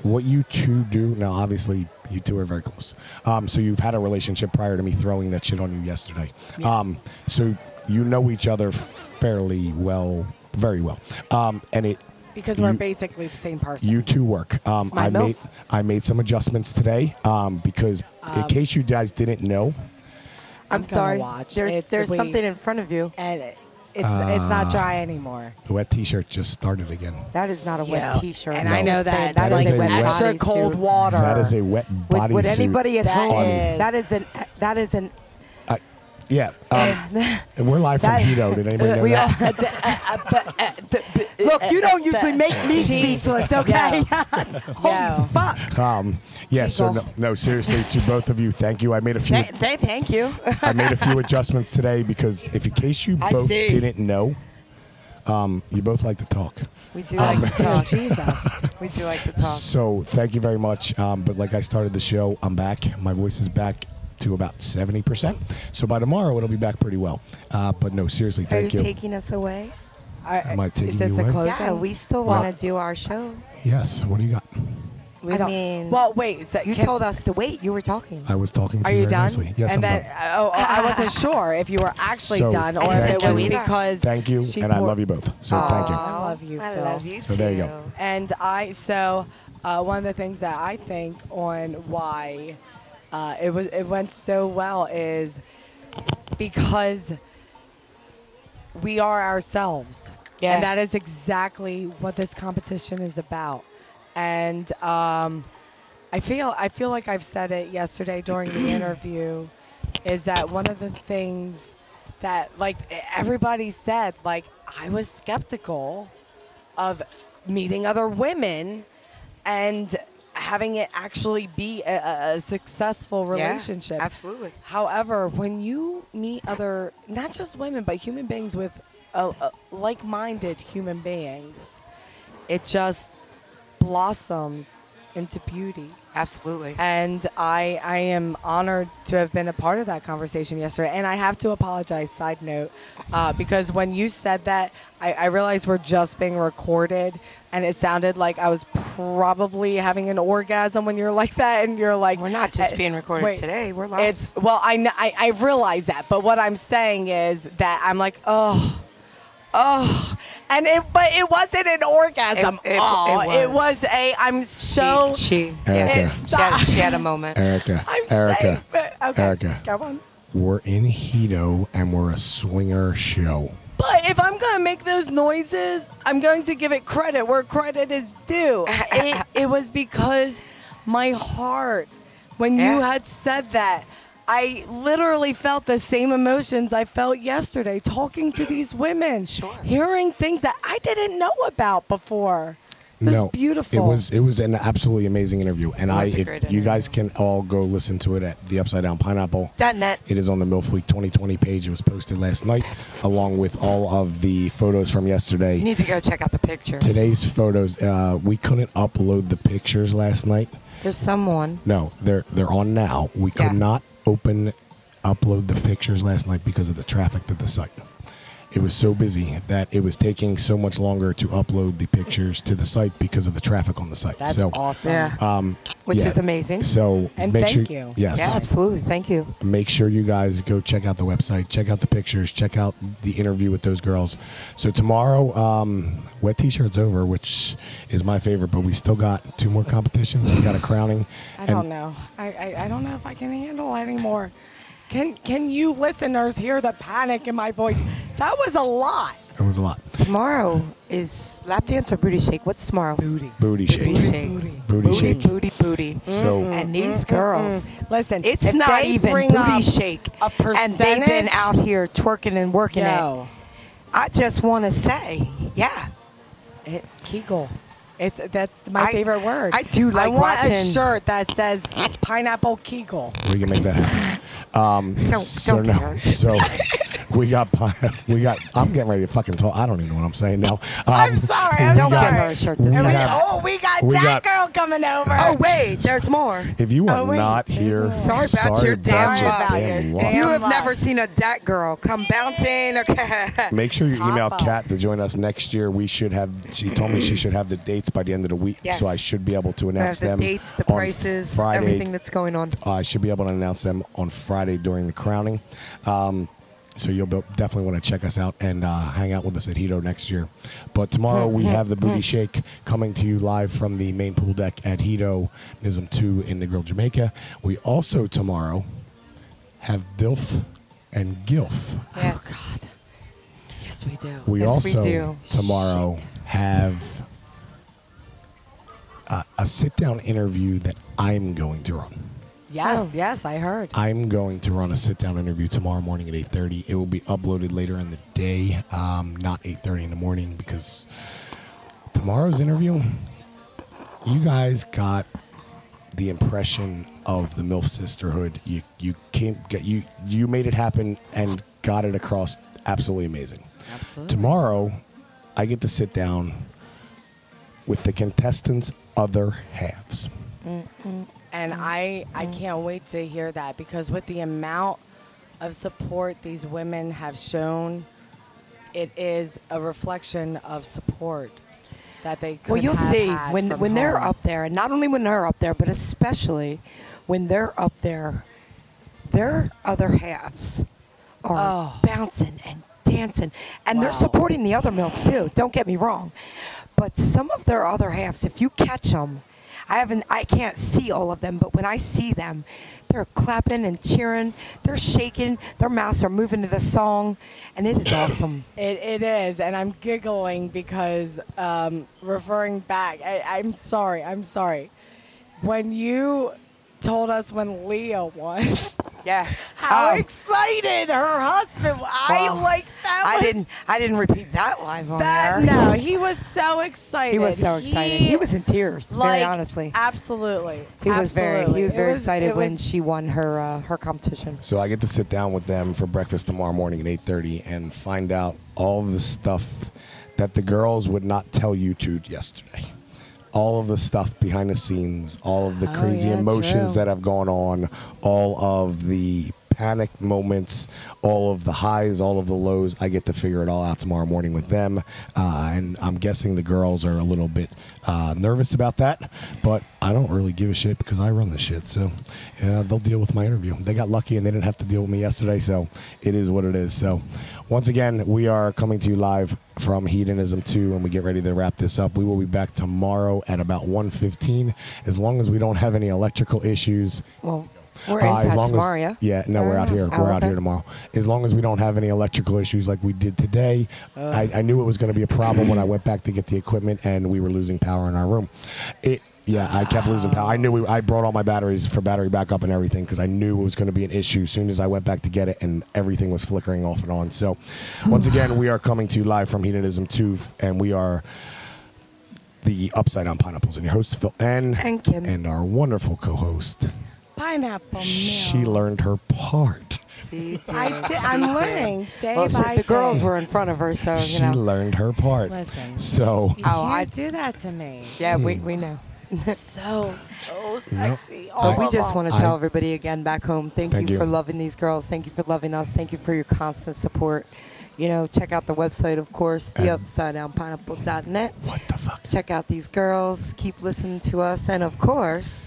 Speaker 3: what you two do now obviously you two are very close um, so you've had a relationship prior to me throwing that shit on you yesterday um, so you know each other fairly well very well um, and it
Speaker 5: Because we're
Speaker 3: You-
Speaker 5: basically the same person.
Speaker 3: you two work um,
Speaker 4: It's my
Speaker 3: i
Speaker 4: milf.
Speaker 3: made i made some adjustments today um, because in case you guys didn't know
Speaker 4: I'm,
Speaker 5: I'm gonna
Speaker 4: sorry.
Speaker 5: watch.
Speaker 4: There's
Speaker 5: It's-
Speaker 4: there's
Speaker 5: we-
Speaker 4: something in front of you.
Speaker 5: and it, it's it's not
Speaker 3: Ah.
Speaker 5: dry anymore.
Speaker 3: the wet t-shirt just started again
Speaker 4: That is not a wet
Speaker 5: Yeah.
Speaker 4: T-shirt.
Speaker 5: And
Speaker 4: I'm
Speaker 5: I know
Speaker 4: just saying,
Speaker 5: that. That,
Speaker 3: is
Speaker 5: like
Speaker 3: a wet
Speaker 5: extra
Speaker 4: bodysuit.
Speaker 5: cold water.
Speaker 3: that is a wet
Speaker 4: Would,
Speaker 3: body
Speaker 4: would anybody at
Speaker 5: That
Speaker 4: home?
Speaker 5: is-
Speaker 4: That is an. That is an.
Speaker 3: yeah um, and we're live from
Speaker 4: That-
Speaker 3: Hito. did anybody know
Speaker 4: we
Speaker 3: that?
Speaker 4: all- uh, Look, you don't usually make me speechless, okay? Holy
Speaker 5: Yeah.
Speaker 4: fuck!
Speaker 3: um, yeah so
Speaker 5: Giggle.
Speaker 3: no, no seriously to both of you thank you i made a few
Speaker 4: Th- th- thank you.
Speaker 3: I made a few adjustments today because if in case you
Speaker 4: I
Speaker 3: both
Speaker 4: see.
Speaker 3: didn't know, um, you both like to talk.
Speaker 4: We do like to
Speaker 5: Oh,
Speaker 4: talk.
Speaker 5: Jesus.
Speaker 4: We do like to talk.
Speaker 3: So thank you very much. Um, but like I started the show, I'm back. My voice is back to about 70%. So by tomorrow, it'll be back pretty well. Uh, but no, seriously,
Speaker 4: Are
Speaker 3: thank
Speaker 4: you
Speaker 3: you.
Speaker 4: taking us away?
Speaker 5: I-
Speaker 3: Am I taking
Speaker 5: is this
Speaker 3: you
Speaker 5: the
Speaker 3: away?
Speaker 5: closing?
Speaker 4: Yeah, we still
Speaker 3: Well-
Speaker 4: want to do our show.
Speaker 3: yes, what do you got?
Speaker 5: We
Speaker 4: I
Speaker 5: don't.
Speaker 4: mean,
Speaker 5: well, wait. So
Speaker 4: You
Speaker 5: can-
Speaker 4: told us to wait. You were talking.
Speaker 3: I was talking to
Speaker 5: Are
Speaker 3: you
Speaker 5: you
Speaker 3: very
Speaker 5: done?
Speaker 3: nicely. Yes,
Speaker 5: and
Speaker 3: I'm
Speaker 5: then,
Speaker 3: done.
Speaker 5: Oh, I wasn't sure if you were actually
Speaker 3: So,
Speaker 5: done or if
Speaker 3: thank
Speaker 5: it was
Speaker 3: you.
Speaker 5: because.
Speaker 3: Thank you,
Speaker 5: she
Speaker 3: and I
Speaker 5: poured-
Speaker 3: love you both. So thank
Speaker 5: I
Speaker 3: you.
Speaker 5: love you,
Speaker 4: I
Speaker 5: Phil.
Speaker 4: love you too.
Speaker 3: So there you go.
Speaker 5: And I so uh, one of the things that I think on why uh, it was it went so well is because we are ourselves,
Speaker 4: Yeah.
Speaker 5: and that is exactly what this competition is about. And um, I feel I feel like I've said it yesterday during the interview, is that one of the things that like everybody said like I was skeptical of meeting other women and having it actually be a, a, a successful
Speaker 4: Yeah,
Speaker 5: relationship.
Speaker 4: absolutely.
Speaker 5: However, when you meet other, not just women, but human beings with uh uh like minded human beings, it just blossoms into beauty.
Speaker 4: Absolutely.
Speaker 5: And I, I am honored to have been a part of that conversation yesterday. And I have to apologize, side note, uh, because when you said that, I, I realized we're just being recorded and it sounded like I was probably having an orgasm when you're like that. And you're like,
Speaker 4: We're not just
Speaker 5: eh,
Speaker 4: being recorded today, we're live.
Speaker 5: It's, well, I, kn- I, I realize that. But what I'm saying is that I'm like, oh, oh. And it, but it wasn't an orgasm.
Speaker 4: It- it-
Speaker 5: oh,
Speaker 4: it
Speaker 5: it
Speaker 4: was.
Speaker 5: was a. I'm
Speaker 4: She,
Speaker 5: so.
Speaker 4: she,
Speaker 3: Erica.
Speaker 4: yeah.
Speaker 5: It's
Speaker 4: she, had,
Speaker 5: not-
Speaker 4: she had a moment.
Speaker 3: Erica.
Speaker 5: I'm
Speaker 3: Erica.
Speaker 5: saying, but, okay,
Speaker 3: Erica.
Speaker 5: Go on.
Speaker 3: We're in Hito and we're a swinger show.
Speaker 5: But if I'm gonna make those noises, I'm going to give it credit where credit is due. it, it was because my heart, when you
Speaker 4: Yeah.
Speaker 5: had said that, I literally felt the same emotions I felt yesterday talking to these women,
Speaker 4: Sure.
Speaker 5: hearing things that I didn't know about before. It was
Speaker 3: no,
Speaker 5: beautiful.
Speaker 3: It was it was an absolutely amazing interview, and I
Speaker 4: was a
Speaker 3: if
Speaker 4: great
Speaker 3: you
Speaker 4: interview.
Speaker 3: guys can all go listen to it at the Upside Down Pineapple.
Speaker 4: Dot net.
Speaker 3: It is on the MILF Week 2020 page. It was posted last night, along with all of the photos from yesterday.
Speaker 4: You need to go check out the pictures.
Speaker 3: Today's photos. Uh, we couldn't upload the pictures last night.
Speaker 4: There's someone.
Speaker 3: No, they're they're on now. We could
Speaker 4: Yeah.
Speaker 3: not open upload the pictures last night because of the traffic to the site. It was so busy that it was taking so much longer to upload the pictures to the site because of the traffic on the site.
Speaker 5: That's
Speaker 3: so,
Speaker 5: awesome.
Speaker 4: Yeah.
Speaker 3: Um,
Speaker 4: Which
Speaker 3: yeah.
Speaker 4: is amazing.
Speaker 3: So
Speaker 5: And
Speaker 3: make
Speaker 5: thank
Speaker 3: sure,
Speaker 5: you.
Speaker 3: Yes.
Speaker 4: Yeah, absolutely. Thank you.
Speaker 3: Make sure you guys go check out the website, check out the pictures, check out the interview with those girls. So tomorrow, um, wet t-shirts over, which is my favorite, but we still got two more competitions. We got a crowning.
Speaker 5: I
Speaker 3: and-
Speaker 5: don't know. I, I, I don't know if I can handle anymore. Can can you listeners hear the panic in my voice? That was a lot.
Speaker 3: It was a lot.
Speaker 4: Tomorrow is lap dance or booty shake. What's tomorrow?
Speaker 5: Booty.
Speaker 3: Booty shake.
Speaker 4: Booty shake.
Speaker 5: Booty.
Speaker 3: Booty
Speaker 4: Booty,
Speaker 3: shake.
Speaker 4: booty, booty. Mm-hmm.
Speaker 3: So-
Speaker 4: and these girls,
Speaker 5: Listen,
Speaker 4: it's
Speaker 5: Mm-hmm. if
Speaker 4: not
Speaker 5: they
Speaker 4: even
Speaker 5: bring
Speaker 4: booty
Speaker 5: up
Speaker 4: shake.
Speaker 5: a
Speaker 4: and they've been
Speaker 5: percentage-
Speaker 4: out here twerking and working it.
Speaker 5: Yo,
Speaker 4: I just want to say, yeah.
Speaker 5: it, Kegel. It's that's my
Speaker 4: I-
Speaker 5: favorite word.
Speaker 4: I do like
Speaker 5: I want a
Speaker 4: watching-
Speaker 5: shirt that says pineapple Kegel.
Speaker 3: We can make that happen. Um,
Speaker 4: Don't-
Speaker 3: so
Speaker 4: don't get
Speaker 3: no,
Speaker 4: hurt.
Speaker 3: so we got pi- we got. I'm getting ready to fucking talk. I don't even know what I'm saying now. Um,
Speaker 5: I'm sorry. I'm
Speaker 3: we
Speaker 4: Don't
Speaker 5: sorry.
Speaker 4: get her a shirt
Speaker 3: we
Speaker 4: this
Speaker 5: And we-
Speaker 3: got-
Speaker 5: oh, we got
Speaker 3: we got-
Speaker 5: that girl coming over.
Speaker 4: Oh wait, there's more.
Speaker 3: If you are
Speaker 5: Oh, wait.
Speaker 3: not
Speaker 5: There's
Speaker 3: here,
Speaker 5: no-
Speaker 4: Sorry about your damn
Speaker 3: about
Speaker 4: luck.
Speaker 3: your damn
Speaker 5: Your
Speaker 3: luck.
Speaker 5: damn
Speaker 4: You have
Speaker 5: luck.
Speaker 4: never seen a dat girl come bouncing. Okay.
Speaker 3: Make sure you email
Speaker 5: Papa.
Speaker 3: Kat to join us next year. We should have. She told me she should have the dates by the end of the week,
Speaker 4: Yes.
Speaker 3: so I should be able to
Speaker 4: Uh,
Speaker 3: announce
Speaker 4: the
Speaker 3: them.
Speaker 4: dates, the
Speaker 3: on
Speaker 4: prices,
Speaker 3: Friday.
Speaker 4: everything that's going on.
Speaker 3: I should be able to announce them on Friday during the crowning. Um, so you'll be, definitely want to check us out and uh, hang out with us at Hito next year. But tomorrow
Speaker 4: Mm-hmm.
Speaker 3: we have the Booty Shake coming to you live from the main pool deck at Hito Nism 2 in the Grill, Jamaica. We also tomorrow have DILF and GILF.
Speaker 4: Yes.
Speaker 5: God. Yes, we do.
Speaker 3: We
Speaker 4: Yes, we
Speaker 3: also
Speaker 4: do.
Speaker 3: tomorrow have uh, a sit-down interview that I'm going to run.
Speaker 5: yes,
Speaker 4: Oh.
Speaker 5: yes, I heard.
Speaker 3: I'm going to run a sit-down interview tomorrow morning at 8:30. It will be uploaded later in the day, um, not 8:30 in the morning because tomorrow's interview. You guys got the impression of the MILF sisterhood. You you came get you you made it happen and got it across. Absolutely amazing.
Speaker 5: Absolutely.
Speaker 3: Tomorrow, I get to sit down with the contestants' other halves.
Speaker 5: And
Speaker 4: Mm-hmm.
Speaker 5: I, I can't wait to hear that because with the amount of support these women have shown, it is a reflection of support. that they could
Speaker 4: Well, you'll
Speaker 5: have
Speaker 4: see
Speaker 5: had
Speaker 4: when
Speaker 5: from
Speaker 4: when they're
Speaker 5: home.
Speaker 4: up there, and not only when they're up there, but especially when they're up there, their other halves are
Speaker 5: Oh.
Speaker 4: bouncing and dancing, and they're supporting the other milfs too. Don't get me wrong, but some of their other halves, if you catch them, I haven't, I can't see all of them, but when I see them. They're clapping and cheering. They're shaking. Their mouths are moving to the song, and it is awesome.
Speaker 5: It, it is, and I'm giggling because um, referring back, I, I'm sorry, I'm sorry. When you told us when Leah won,
Speaker 4: Yeah.
Speaker 5: how
Speaker 4: Oh.
Speaker 5: excited her husband! was. I
Speaker 4: Well,
Speaker 5: like that.
Speaker 4: I
Speaker 5: was-
Speaker 4: didn't. I didn't repeat that live on
Speaker 5: That
Speaker 4: air.
Speaker 5: no, he was so excited.
Speaker 4: He was so excited. He, was in tears. very
Speaker 5: like,
Speaker 4: honestly,
Speaker 5: absolutely.
Speaker 4: he was very. He was
Speaker 5: It
Speaker 4: very excited
Speaker 5: it
Speaker 4: when
Speaker 5: was-
Speaker 4: she won her uh, her competition.
Speaker 3: So I get to sit down with them for breakfast tomorrow morning at 8:30 and find out all the stuff that the girls would not tell you to yesterday. All of the stuff behind the scenes, all of the
Speaker 5: Oh,
Speaker 3: crazy
Speaker 5: yeah,
Speaker 3: emotions
Speaker 5: true.
Speaker 3: that have gone on, all of the panic moments, all of the highs, all of the lows. I get to figure it all out tomorrow morning with them, uh, and I'm guessing the girls are a little bit uh, nervous about that. But I don't really give a shit because I run the shit, so yeah, they'll deal with my interview. They got lucky and they didn't have to deal with me yesterday, so it is what it is. So once again, we are coming to you live from Hedonism 2 and we get ready to wrap this up. We will be back tomorrow at about 1.15 as long as we don't have any electrical issues.
Speaker 4: Well, we're
Speaker 3: Uh, as
Speaker 4: inside
Speaker 3: long as-
Speaker 4: tomorrow. yeah.
Speaker 3: yeah, no, we're out here.
Speaker 4: Oh,
Speaker 3: We're out
Speaker 4: okay.
Speaker 3: here tomorrow. As long as we don't have any electrical issues like we did today, I, I knew it was going to be a problem when I went back to get the equipment and we were losing power in our room. It. Yeah, I kept losing power. I knew we, I brought all my batteries for battery backup and everything because I knew it was going to be an issue as soon as I went back to get it and everything was flickering off and on. So, once again, we are coming to you live from Hedonism 2 and we are the Upside Down Pineapples and your host, Phil N.
Speaker 4: And Kim.
Speaker 3: And our wonderful co host,
Speaker 5: pineapple.
Speaker 3: she
Speaker 5: milk.
Speaker 3: learned her part.
Speaker 4: She did.
Speaker 5: I did, I'm learning day
Speaker 4: well, she-
Speaker 5: by
Speaker 4: the girls
Speaker 5: day.
Speaker 4: were in front of her, so you
Speaker 3: She
Speaker 4: know.
Speaker 3: learned her part.
Speaker 5: Listen.
Speaker 3: So
Speaker 4: Oh,
Speaker 5: You can't
Speaker 4: I-
Speaker 5: do that to me.
Speaker 4: yeah, we, we know.
Speaker 5: So so
Speaker 3: Nope.
Speaker 5: sexy.
Speaker 3: I-
Speaker 5: Oh,
Speaker 4: But we just want to
Speaker 3: I-
Speaker 4: tell everybody again back home, thank,
Speaker 3: Thank
Speaker 4: you,
Speaker 3: you.
Speaker 4: for loving these girls. Thank you for loving us. Thank you for your constant support. You know, check out the website, of course, the
Speaker 3: And-
Speaker 4: upside down pineapple.net.
Speaker 3: what the fuck?
Speaker 4: Check out these girls. Keep listening to us. And of course,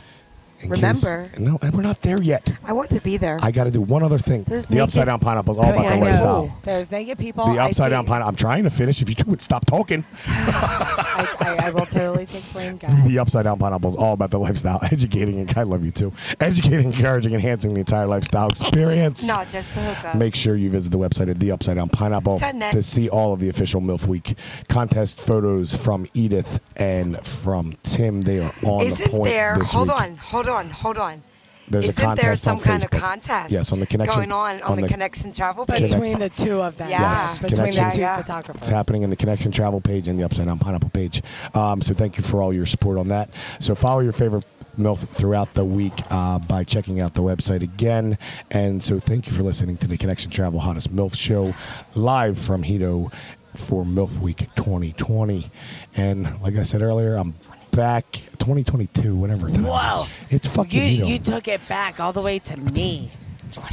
Speaker 3: In
Speaker 4: remember-
Speaker 3: case- no, and we're not there yet.
Speaker 4: I want to be there.
Speaker 3: I got to do one other thing.
Speaker 4: There's Oh,
Speaker 3: the
Speaker 4: naked-
Speaker 3: upside down pineapples, all about
Speaker 5: I
Speaker 3: the
Speaker 5: know.
Speaker 3: lifestyle.
Speaker 5: There's naked people.
Speaker 4: Oh,
Speaker 3: The
Speaker 5: I
Speaker 3: upside
Speaker 5: see.
Speaker 3: down pineapple. I'm trying to finish. If you two would stop talking.
Speaker 5: I, I, I will totally take blame, guys.
Speaker 3: The upside down pineapple is all about the lifestyle, educating and I love you too. Educating, encouraging, enhancing the entire lifestyle experience.
Speaker 4: no, just to hook up.
Speaker 3: Make sure you visit the website at the Upside Down Pineapple
Speaker 4: Tenet.
Speaker 3: to see all of the official MILF Week contest photos from Edith and from Tim. They are on the
Speaker 4: Isn't
Speaker 3: point
Speaker 4: there?
Speaker 3: this
Speaker 4: Hold
Speaker 3: week.
Speaker 4: on, hold on, hold on.
Speaker 3: There's a
Speaker 4: Isn't there
Speaker 3: contest on
Speaker 4: some kind of
Speaker 3: Facebook.
Speaker 4: contest?
Speaker 3: Yes, on the Connection-
Speaker 4: going on on
Speaker 3: on
Speaker 4: the,
Speaker 3: the-
Speaker 4: connection travel page.
Speaker 5: Between the two of them.
Speaker 4: Yes, Yes,
Speaker 5: Between
Speaker 3: connection.
Speaker 5: the two
Speaker 4: Yeah, yeah.
Speaker 5: photographers.
Speaker 3: It's happening in the Connection Travel page and the Upside Down Pineapple page. Um, so thank you for all your support on that. So follow your favorite MILF throughout the week uh, by checking out the website again. And so thank you for listening to the Connection Travel Hottest MILF Show live from Hito for MILF Week 2020. And like I said earlier, I'm back 2022, whatever time. it is.
Speaker 5: Whoa.
Speaker 3: It's fucking
Speaker 5: You,
Speaker 3: Hito.
Speaker 5: you took it back all the way to me.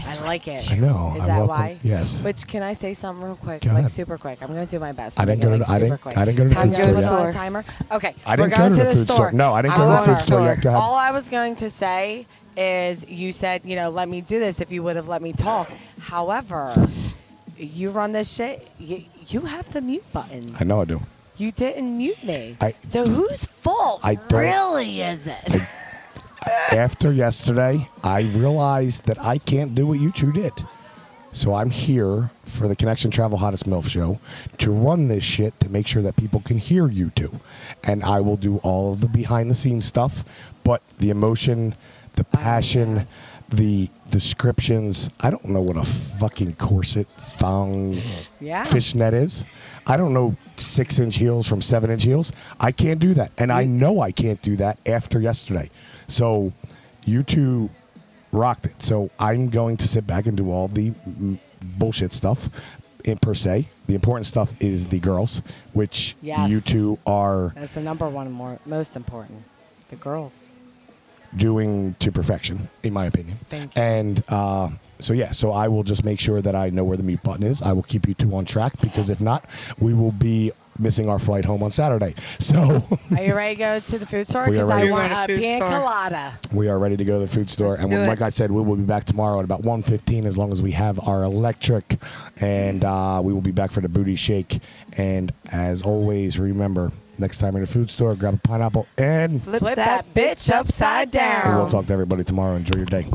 Speaker 5: I like it.
Speaker 3: I know.
Speaker 5: Is
Speaker 3: I
Speaker 5: that
Speaker 3: welcome-
Speaker 5: why?
Speaker 3: yes.
Speaker 5: Which can I say something real quick?
Speaker 3: Go
Speaker 5: like
Speaker 3: ahead.
Speaker 5: super quick. I'm gonna do my best.
Speaker 3: I
Speaker 5: to
Speaker 3: didn't
Speaker 5: make
Speaker 3: go to
Speaker 5: it, like,
Speaker 3: the- I
Speaker 5: super
Speaker 3: didn't-
Speaker 5: quick.
Speaker 3: I didn't go to the
Speaker 5: Time
Speaker 4: food
Speaker 5: goes
Speaker 4: store
Speaker 5: on
Speaker 4: yet.
Speaker 5: Timer. Okay.
Speaker 3: I
Speaker 5: we're
Speaker 3: didn't go
Speaker 5: going
Speaker 3: to
Speaker 5: to
Speaker 3: the
Speaker 5: the
Speaker 3: food
Speaker 5: store.
Speaker 3: store. No, I didn't
Speaker 4: go to the food
Speaker 5: However,
Speaker 4: store yet.
Speaker 3: Go ahead.
Speaker 5: All I was going to say is you said you know let me do this if you would have let me talk. However, you run this shit. You, you have the mute button.
Speaker 3: I know I do.
Speaker 5: You didn't mute me.
Speaker 3: I-
Speaker 5: so whose fault
Speaker 3: I don't-
Speaker 5: really is it?
Speaker 3: after yesterday, I realized that I can't do what you two did. So I'm here for the Connection Travel Hottest MILF show to run this shit to make sure that people can hear you two. And I will do all of the behind the scenes stuff, but the emotion, the passion, the descriptions, I don't know what a fucking corset, thong,
Speaker 5: Yeah.
Speaker 3: fishnet is. I don't know six inch heels from seven inch heels. I can't do that. And I know I can't do that after yesterday. So you two rocked it. So I'm going to sit back and do all the mm, bullshit stuff in per se. The important stuff is the girls, which
Speaker 5: Yes.
Speaker 3: you two are
Speaker 5: That's the number one more, most important. The girls.
Speaker 3: doing to perfection, in my opinion.
Speaker 5: Thank you.
Speaker 3: And uh, so yeah, so I will just make sure that I know where the mute button is. I will keep you two on track because if not, we will be missing our flight home on Saturday. So
Speaker 5: Are you ready to go to the food store?
Speaker 3: We are
Speaker 5: Because I
Speaker 3: ready.
Speaker 5: want
Speaker 4: We're
Speaker 5: a
Speaker 4: at a food
Speaker 5: pina
Speaker 4: store.
Speaker 5: colada.
Speaker 3: we are ready to go to the food store. and
Speaker 4: do
Speaker 3: we-
Speaker 4: it.
Speaker 3: like I said, we will be back tomorrow at about 1.15 as long as we have our electric. And uh, we will be back for the booty shake. And as always, remember, next time you're in the food store, grab a pineapple and
Speaker 5: Flip that bitch upside
Speaker 3: we'll
Speaker 5: down.
Speaker 3: talk to everybody tomorrow. Enjoy your day.